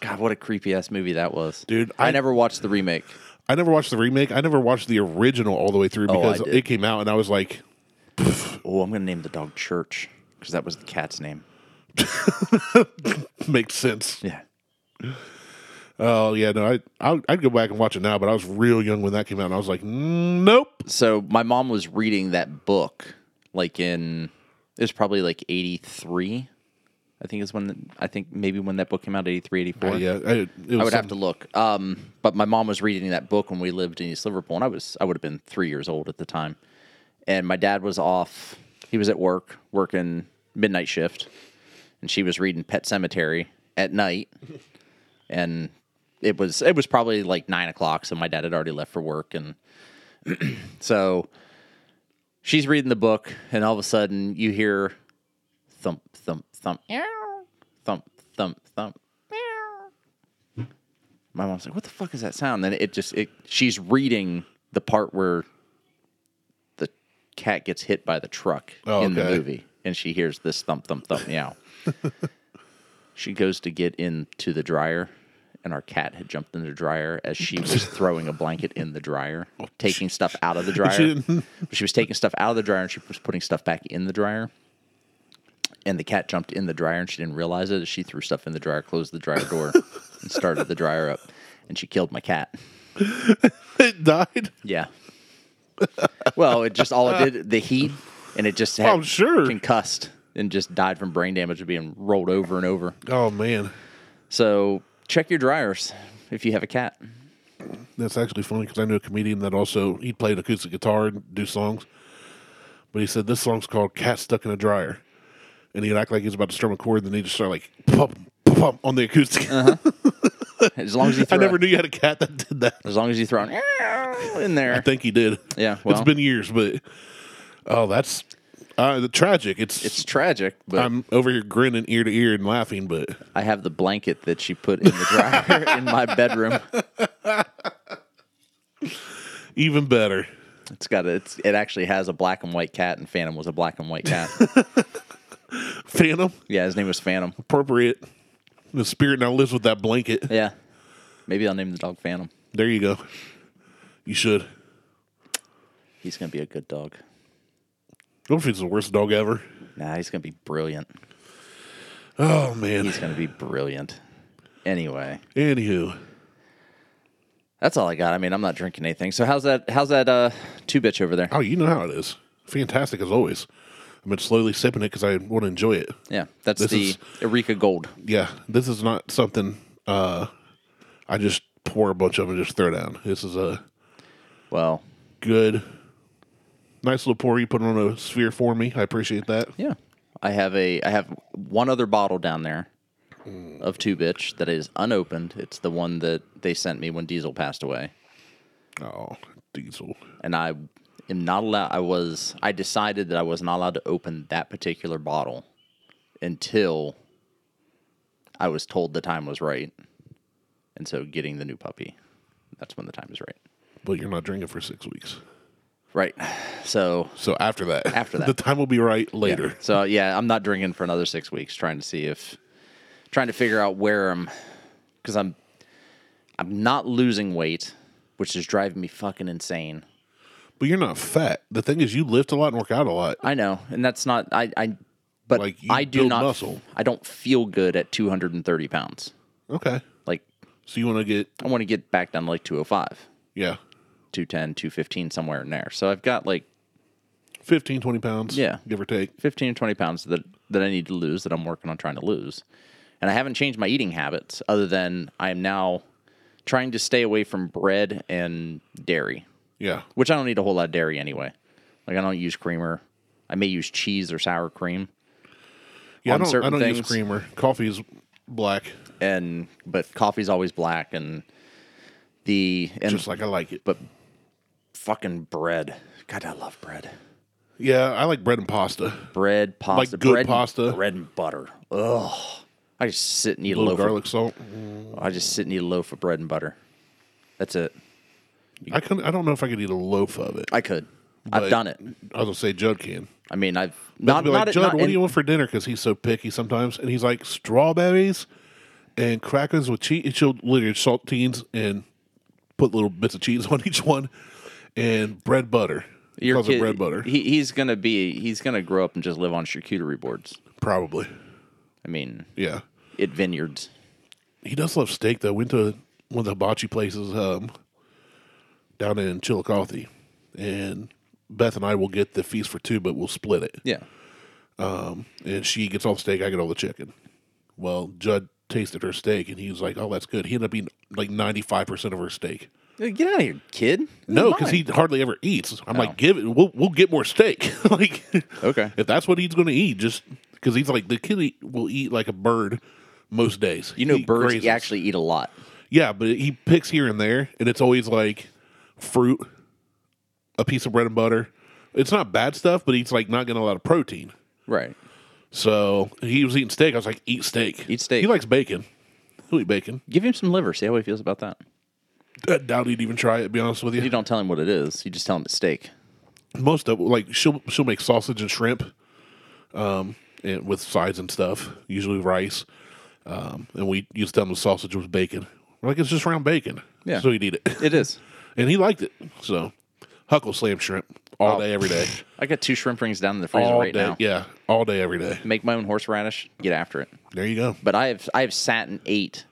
Speaker 1: God, what a creepy ass movie that was,
Speaker 2: Dude,
Speaker 1: I,
Speaker 2: I-
Speaker 1: never watched the remake.
Speaker 2: I never watched the remake. I never watched the original all the way through
Speaker 1: Oh, I
Speaker 2: because
Speaker 1: did.
Speaker 2: it came out and I was like,
Speaker 1: Oh, I'm gonna name the dog Church because that was the cat's name.
Speaker 2: makes sense.
Speaker 1: Yeah,
Speaker 2: Oh yeah, no, I I- I'd go back and watch it now, but I was real young when that came out, and I was like, nope.
Speaker 1: so my mom was reading that book like in it was probably like 83 i think is when i think maybe when that book came out 83 84
Speaker 2: Uh, yeah, I, it was
Speaker 1: i would have to look um, but my mom was reading that book when we lived in east liverpool and i was i would have been three years old at the time and my dad was off he was at work working midnight shift and she was reading pet cemetery at night and it was it was probably like nine o'clock, so my dad had already left for work, and so she's reading the book, and all of a sudden you hear thump thump thump meow, thump thump thump. meow. My mom's like, "What the fuck is that sound?" Then it just it she's reading the part where the cat gets hit by the truck
Speaker 2: Oh,
Speaker 1: in the
Speaker 2: okay.
Speaker 1: movie, and she hears this thump thump thump meow. She goes to get into the dryer, and our cat had jumped in the dryer as she was throwing a blanket in the dryer, taking stuff out of the dryer.
Speaker 2: Oh, didn't-
Speaker 1: she was taking stuff out of the dryer and she was putting stuff back in the dryer. And the cat jumped in the dryer and she didn't realize it. She threw stuff in the dryer, closed the dryer door, and started the dryer up. And she killed my cat.
Speaker 2: It died.
Speaker 1: Yeah. Well, it just all it did the heat, and it just had
Speaker 2: I'm sure.
Speaker 1: concussed and just died from brain damage of being rolled over and over.
Speaker 2: Oh man,
Speaker 1: So check your dryers if you have a cat.
Speaker 2: that's actually funny because I knew a comedian that also he played acoustic guitar and do songs, but he said this song's called "Cat Stuck in a Dryer," and he'd act like he's about to strum a chord, then he just start like pump pump on the acoustic.
Speaker 1: Uh-huh. As long as you
Speaker 2: I
Speaker 1: throw,
Speaker 2: never knew you had a cat that did that.
Speaker 1: as long as you throw an in
Speaker 2: I
Speaker 1: there,
Speaker 2: think he did.
Speaker 1: Yeah, well.
Speaker 2: it's been years, but oh, that's uh, the tragic. It's,
Speaker 1: it's tragic. But
Speaker 2: I'm over here grinning ear to ear and laughing, but
Speaker 1: I have the blanket that she put in the dryer in my bedroom.
Speaker 2: even better.
Speaker 1: It's got a, it's it actually has a black and white cat, and Phantom was a black and white cat.
Speaker 2: Phantom
Speaker 1: yeah, his name was Phantom.
Speaker 2: appropriate. The spirit now lives with that blanket.
Speaker 1: Yeah, maybe I'll name the dog Phantom.
Speaker 2: There you go. You should.
Speaker 1: He's gonna be a good dog.
Speaker 2: What if he's the worst dog ever?
Speaker 1: Nah, he's gonna be brilliant.
Speaker 2: Oh man.
Speaker 1: He's gonna be brilliant. Anyway,
Speaker 2: Anywho,
Speaker 1: that's all I got. I mean, I'm not drinking anything. So how's that? How's that? Uh, two bitch over there.
Speaker 2: oh, you know how it is. Fantastic as always. I've been slowly sipping it because I want to enjoy it.
Speaker 1: Yeah, that's
Speaker 2: This
Speaker 1: the
Speaker 2: is-
Speaker 1: Eureka Gold.
Speaker 2: Yeah, this is not something uh, I just pour a bunch of and just throw down. This is a
Speaker 1: Well,
Speaker 2: good, nice little pour you put on a sphere for me. I appreciate that.
Speaker 1: yeah, I have a I have one other bottle down there of two bitch that is unopened. It's the one that they sent me when Diesel passed away,
Speaker 2: Oh, diesel.
Speaker 1: and I am not allowed. I was I decided that I was not allowed to open that particular bottle until I was told the time was right, and so getting the new puppy. That's when the time is right.
Speaker 2: But you're not drinking for six weeks.
Speaker 1: Right. So
Speaker 2: So after that,
Speaker 1: After that.
Speaker 2: the time will be right later.
Speaker 1: So yeah, I'm not drinking for another six weeks, trying to see if, trying to figure out where I'm, because I'm, I'm not losing weight, which is driving me fucking insane.
Speaker 2: But you're not fat. The thing is, you lift a lot and work out a lot.
Speaker 1: I know, and that's not I I, but
Speaker 2: Like, you
Speaker 1: I do
Speaker 2: build
Speaker 1: not.
Speaker 2: muscle.
Speaker 1: I don't feel good at 230 pounds.
Speaker 2: Okay.
Speaker 1: Like
Speaker 2: So you want to get
Speaker 1: I want to get back down to like 205,
Speaker 2: yeah,
Speaker 1: 210, 215 somewhere in there. So I've got like
Speaker 2: 15, 20 pounds.
Speaker 1: Yeah.
Speaker 2: give or take.
Speaker 1: 15 or 20 pounds that, that I need to lose that I'm working on trying to lose. And I haven't changed my eating habits other than I am now trying to stay away from bread and dairy,
Speaker 2: Yeah.
Speaker 1: which I don't need a whole lot of dairy anyway. Like I don't use creamer. I may use cheese or sour cream
Speaker 2: Yeah.
Speaker 1: On
Speaker 2: I don't. I
Speaker 1: certain
Speaker 2: don't use
Speaker 1: things.
Speaker 2: creamer. Coffee is black,
Speaker 1: and but coffee's always black and the and
Speaker 2: just like I like it.
Speaker 1: but fucking bread. God, I love bread.
Speaker 2: yeah, I like bread and pasta.
Speaker 1: Bread, pasta,
Speaker 2: good
Speaker 1: bread,
Speaker 2: pasta.
Speaker 1: bread and butter. Ugh. I just sit and eat a
Speaker 2: little
Speaker 1: loaf of
Speaker 2: garlic salt.
Speaker 1: I just sit and eat a loaf of bread and butter. That's it.
Speaker 2: I can. I don't know if I could eat a loaf of it.
Speaker 1: I could.
Speaker 2: but
Speaker 1: I've done it.
Speaker 2: I was gonna say Judd can.
Speaker 1: I mean, I've
Speaker 2: I'd
Speaker 1: not
Speaker 2: be
Speaker 1: not,
Speaker 2: like
Speaker 1: not,
Speaker 2: Judd, what
Speaker 1: in-
Speaker 2: do you want for dinner? Because he's so picky sometimes, and he's like strawberries and crackers with cheese. And she'll literally saltines and put little bits of cheese on each one, and bread butter. He
Speaker 1: your
Speaker 2: calls it
Speaker 1: kid-
Speaker 2: bread butter,
Speaker 1: He, he's gonna be. He's gonna grow up and just live on charcuterie boards.
Speaker 2: probably.
Speaker 1: I mean,
Speaker 2: Yeah,
Speaker 1: at vineyards.
Speaker 2: he does love steak though. Went to one of the hibachi places um, down in Chillicothe, and Beth and I will get the feast for two, but we'll split it.
Speaker 1: Yeah.
Speaker 2: and she gets all the steak, I get all the chicken. Well, Judd tasted her steak and he was like, "Oh, that's good." He ended up eating like ninety five percent of her steak.
Speaker 1: Get out of here, kid. This is
Speaker 2: No, because
Speaker 1: mine.
Speaker 2: he hardly ever eats. I'm
Speaker 1: Oh.
Speaker 2: like, "Give it. We'll we'll get more steak." like,
Speaker 1: Okay.
Speaker 2: if that's what he's going to eat, just because he's like the kid eat, will eat like a bird most days.
Speaker 1: You know,
Speaker 2: He
Speaker 1: birds
Speaker 2: grazes.
Speaker 1: actually eat a lot.
Speaker 2: Yeah, but he picks here and there, and it's always like fruit, a piece of bread and butter. It's not bad stuff, but he's like not getting a lot of protein.
Speaker 1: Right.
Speaker 2: So he was eating steak. I was like, eat steak.
Speaker 1: Eat steak.
Speaker 2: He likes bacon. He'll eat bacon.
Speaker 1: Give him some liver. See how he feels about that.
Speaker 2: I doubt he'd even try it. to Be honest with you.
Speaker 1: You don't tell him what it is. You just tell him it's steak.
Speaker 2: Most of like she'll she'll make sausage and shrimp, um, and with sides and stuff. Usually rice. Um, and we used to tell him the sausage was bacon. We're like it's just round bacon.
Speaker 1: Yeah.
Speaker 2: So he'd eat it.
Speaker 1: It is.
Speaker 2: and he liked it. So, Huckle Slam shrimp all day, every day,
Speaker 1: I got two shrimp rings down in the freezer
Speaker 2: all
Speaker 1: Oh. right
Speaker 2: day.
Speaker 1: now.
Speaker 2: Yeah, all day, every day.
Speaker 1: Make my own horseradish. Get after it.
Speaker 2: There you go.
Speaker 1: But I have I have sat and ate.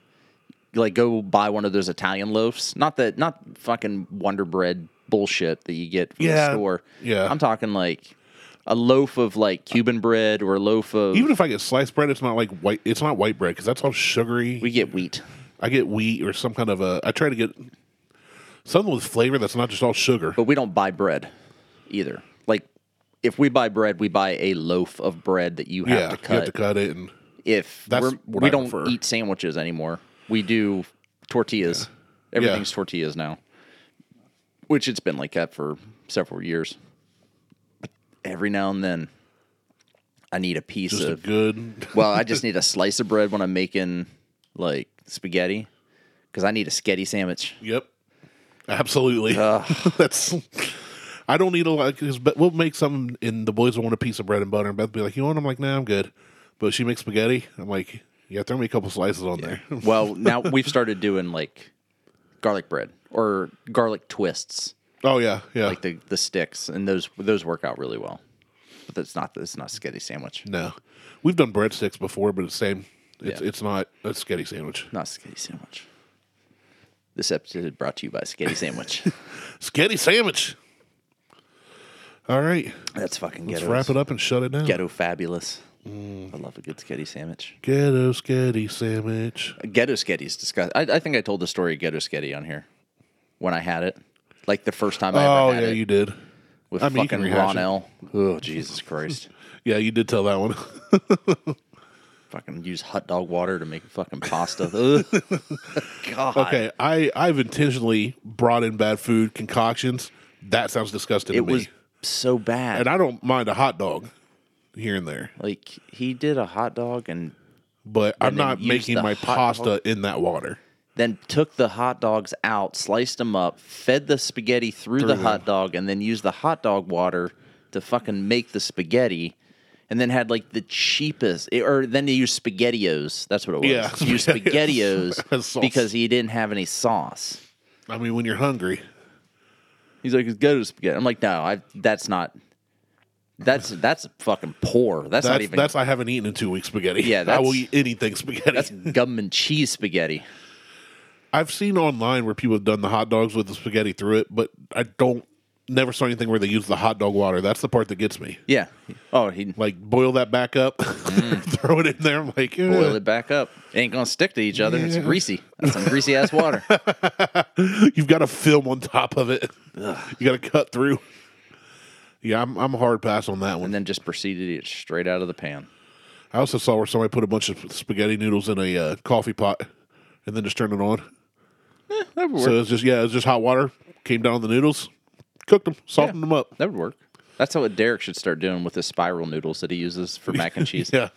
Speaker 1: Like go buy one of those Italian loaves. Not that not fucking Wonder Bread bullshit that you get from
Speaker 2: Yeah.
Speaker 1: the store.
Speaker 2: Yeah.
Speaker 1: I'm talking like a loaf of like Cuban bread or a loaf of
Speaker 2: Even if I get sliced bread, it's not like white. It's not white bread because that's all sugary.
Speaker 1: we get wheat.
Speaker 2: I get wheat or some kind of a. I try to get something with flavor that's not just all sugar.
Speaker 1: But we don't buy bread either. Like if we buy bread, we buy a loaf of bread that you have
Speaker 2: yeah,
Speaker 1: to
Speaker 2: you
Speaker 1: cut.
Speaker 2: have to cut it, and
Speaker 1: if
Speaker 2: That's
Speaker 1: we're,
Speaker 2: what
Speaker 1: we
Speaker 2: I
Speaker 1: don't
Speaker 2: prefer.
Speaker 1: eat sandwiches anymore. We do tortillas. Everything's tortillas now, which it's been like that for several years. But every now and then, I need a piece
Speaker 2: just a
Speaker 1: of.
Speaker 2: good.
Speaker 1: well, I just need a slice of bread when I'm making like spaghetti because I need a sketty sandwich.
Speaker 2: Yep, absolutely. that's. I don't need a lot because we'll make some, and the boys will want a piece of bread and butter. And Beth will be like, "You want?" I'm like, "Nah, I'm good." But she makes spaghetti. I'm like, "Yeah, throw me a couple slices on there."
Speaker 1: Well, now we've started doing like garlic bread or garlic twists,
Speaker 2: oh yeah, yeah.
Speaker 1: like the the sticks, and those those work out really well. But that's not it's not a sketty sandwich.
Speaker 2: no, we've done breadsticks before, but it's same. It's
Speaker 1: Yeah.
Speaker 2: it's not a sketty sandwich.
Speaker 1: Not Skitty Sandwich. This episode is brought to you by Skitty Sandwich.
Speaker 2: Sketty sandwich. All right,
Speaker 1: That's fucking
Speaker 2: let's
Speaker 1: ghetto. Mm.
Speaker 2: wrap it up and shut it down.
Speaker 1: Ghetto fabulous. I love a good Skitty Sandwich.
Speaker 2: Ghetto Sketty Sandwich.
Speaker 1: A Ghetto Skitty is disgusting. I, I think I told the story of Ghetto Skitty on here when I had it. Like the first time I ever
Speaker 2: Oh
Speaker 1: had
Speaker 2: yeah,
Speaker 1: it
Speaker 2: you did.
Speaker 1: with
Speaker 2: I mean, you can
Speaker 1: fucking
Speaker 2: rehash
Speaker 1: Ron
Speaker 2: it.
Speaker 1: L. Oh, Jesus Christ.
Speaker 2: Yeah, you did tell that one.
Speaker 1: fucking use hot dog water to make fucking pasta. Ugh. God.
Speaker 2: okay, I I've intentionally brought in bad food concoctions. That sounds disgusting
Speaker 1: It
Speaker 2: to me.
Speaker 1: was so bad.
Speaker 2: and I don't mind a hot dog here and there,
Speaker 1: like, he did a hot dog and
Speaker 2: but I'm
Speaker 1: And then
Speaker 2: not
Speaker 1: use
Speaker 2: making
Speaker 1: the
Speaker 2: my
Speaker 1: hot
Speaker 2: pasta in that water.
Speaker 1: then took the hot dogs out, sliced them up, fed the spaghetti through, the
Speaker 2: them.
Speaker 1: hot dog, and then used the hot dog water to fucking make the spaghetti. And then had like the cheapest, eh, or then they used spaghettios. That's what it was.
Speaker 2: Yeah,
Speaker 1: used
Speaker 2: SpaghettiOs. As
Speaker 1: spaghettios
Speaker 2: sauce.
Speaker 1: because he didn't have any sauce.
Speaker 2: I mean, when you're hungry,
Speaker 1: He's like, go to spaghetti. I'm like, no, I, that's not. That's that's fucking poor. That's, not
Speaker 2: that's
Speaker 1: even.
Speaker 2: that's I haven't eaten in two weeks spaghetti.
Speaker 1: Yeah,
Speaker 2: I will
Speaker 1: that's-
Speaker 2: eat anything spaghetti.
Speaker 1: that's government cheese spaghetti.
Speaker 2: I've seen online where people have done the hot dogs with the spaghetti through it, but I don't never saw anything where they use the hot dog water. That's the part that gets me.
Speaker 1: Yeah. Oh, he
Speaker 2: Like boil that back up, throw it in there. I'm like, eh.
Speaker 1: Mm. boil it back up. It ain't gonna stick to each other. It's
Speaker 2: Yeah.
Speaker 1: greasy. That's some greasy ass water.
Speaker 2: You've got a film on top of it. You got to cut through. Yeah, I'm I'm a hard pass on that one.
Speaker 1: and then just proceeded to eat it straight out of the pan.
Speaker 2: I also saw where somebody put a bunch of spaghetti noodles in a uh, coffee pot and then just turned it on.
Speaker 1: That would
Speaker 2: So it's just yeah, it was just hot water came down on the noodles, cooked them, softened them up.
Speaker 1: That would work. That's how what Derek should start doing with his spiral noodles that he uses for mac and cheese.
Speaker 2: Yeah,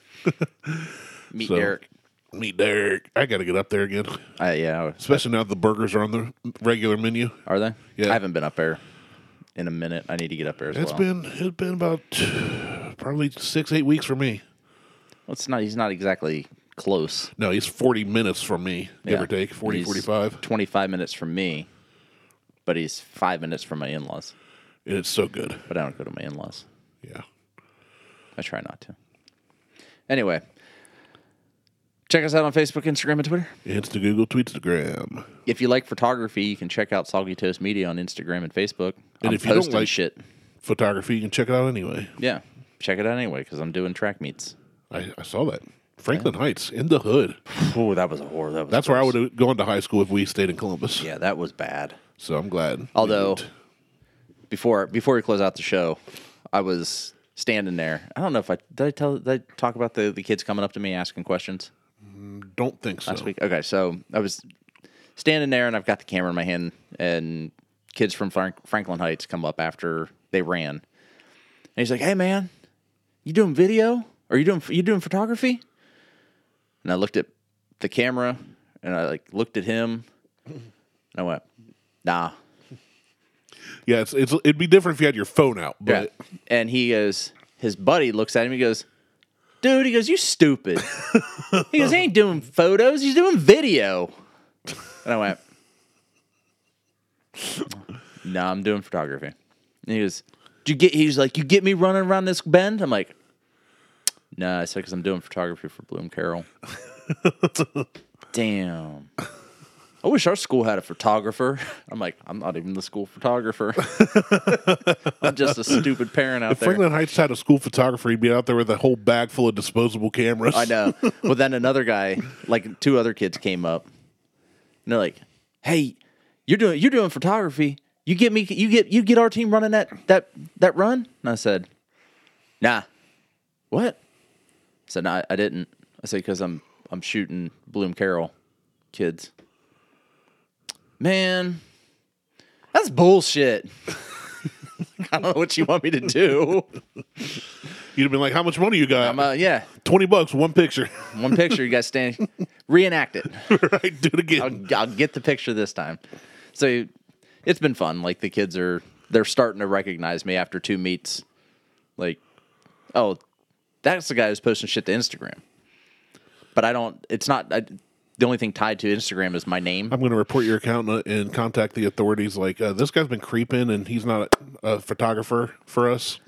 Speaker 1: Meet
Speaker 2: so-
Speaker 1: Derek.
Speaker 2: me Derek. I got to get up there again.
Speaker 1: Uh, yeah,
Speaker 2: Especially now that the burgers are on the regular menu.
Speaker 1: are they?
Speaker 2: Yeah.
Speaker 1: I haven't been up there in a minute. I need to get up there as
Speaker 2: It's
Speaker 1: well.
Speaker 2: been it's been about probably six eight weeks for me.
Speaker 1: Well, it's not. He's not exactly close.
Speaker 2: No, he's forty minutes from me, give
Speaker 1: Yeah.
Speaker 2: or take 40,
Speaker 1: He's
Speaker 2: 45.
Speaker 1: Twenty-five minutes from me, but he's five minutes from my in-laws.
Speaker 2: and it's so good.
Speaker 1: But I don't go to my in-laws.
Speaker 2: Yeah,
Speaker 1: I try not to. Anyway, check us out on Facebook, Instagram, and Twitter.
Speaker 2: it's the Google Tweetstagram.
Speaker 1: If you like photography, you can check out Soggy Toast Media on Instagram and Facebook.
Speaker 2: And
Speaker 1: I'm
Speaker 2: if you don't
Speaker 1: posting
Speaker 2: like-
Speaker 1: shit,
Speaker 2: Photography, you can check it out anyway.
Speaker 1: yeah, check it out anyway because I'm doing track meets.
Speaker 2: I, I saw that Franklin Heights in the hood.
Speaker 1: Oh, that was a horror. That was
Speaker 2: That's where I would have gone to high school if we stayed in Columbus.
Speaker 1: yeah, that was bad.
Speaker 2: So I'm glad. we
Speaker 1: Although-
Speaker 2: didn't.
Speaker 1: Before before we close out the show, I was standing there. I don't know if I did I tell did I talk about the the kids coming up to me asking questions.
Speaker 2: don't think so.
Speaker 1: last week. Okay, so I was standing there, and I've got the camera in my hand, and kids from Frank- Franklin Heights come up after they ran, and he's like, "Hey, man, you doing video? Are you doing you doing photography?" And I looked at the camera, and I like looked at him, and I went, "Nah."
Speaker 2: Yeah, it's, it's it'd be different if you had your phone out, but
Speaker 1: And he goes, his buddy looks at him. He goes, "Dude," he goes, "You stupid." he goes, "He ain't doing photos. He's doing video." And I went, "No, I'm doing photography." And he goes, "Did you get?" He was like, "You get me running around this bend?" I'm like, "No," I said, "Because I'm doing photography for Bloom Carroll." Damn. I wish our school had a photographer. I'm like, I'm not even the school photographer. I'm just a stupid parent out there.
Speaker 2: Franklin Heights had a school photographer. He'd be out there with a whole bag full of disposable cameras.
Speaker 1: I know. well, then another guy, like two other kids, came up, and they're like, "Hey, you're doing you're doing photography. You get me. You get you get our team running that that that run." And I said, "Nah, what?" I said, "Nah, I didn't." I said, "Cause I'm I'm shooting Bloom Carroll kids." Man, that's bullshit. I don't know what you want me to do.
Speaker 2: You'd have been like, "How much money you got?
Speaker 1: I'm uh, yeah,
Speaker 2: Twenty bucks, one picture.
Speaker 1: one picture. You guys stand, reenact it.
Speaker 2: right? Do it again."
Speaker 1: I'll, I'll get the picture this time. So it's been fun. Like the kids are they're starting to recognize me after two meets. Like, oh, that's the guy who's posting shit to Instagram. But I don't. It's not. I, the only thing tied to Instagram is my name.
Speaker 2: I'm going to report your account and- and contact the authorities. Like uh, this guy's been creeping, and he's not a, a photographer for us.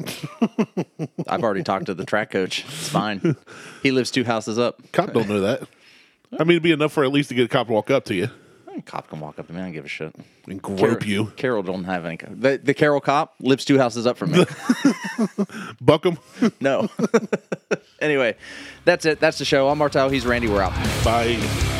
Speaker 1: I've already talked to the track coach. It's fine. He lives two houses up.
Speaker 2: Cop don't know that. I mean, it'd be enough for at least to get a cop to walk up to you
Speaker 1: Cop can walk up to me. I don't give a shit.
Speaker 2: and grope
Speaker 1: Carol-
Speaker 2: you,
Speaker 1: Carol don't have any. The, the Carol cop lives two houses up from me.
Speaker 2: buck him.
Speaker 1: no. anyway, that's it. That's the show. I'm Martel. He's Randy. We're out.
Speaker 2: Bye.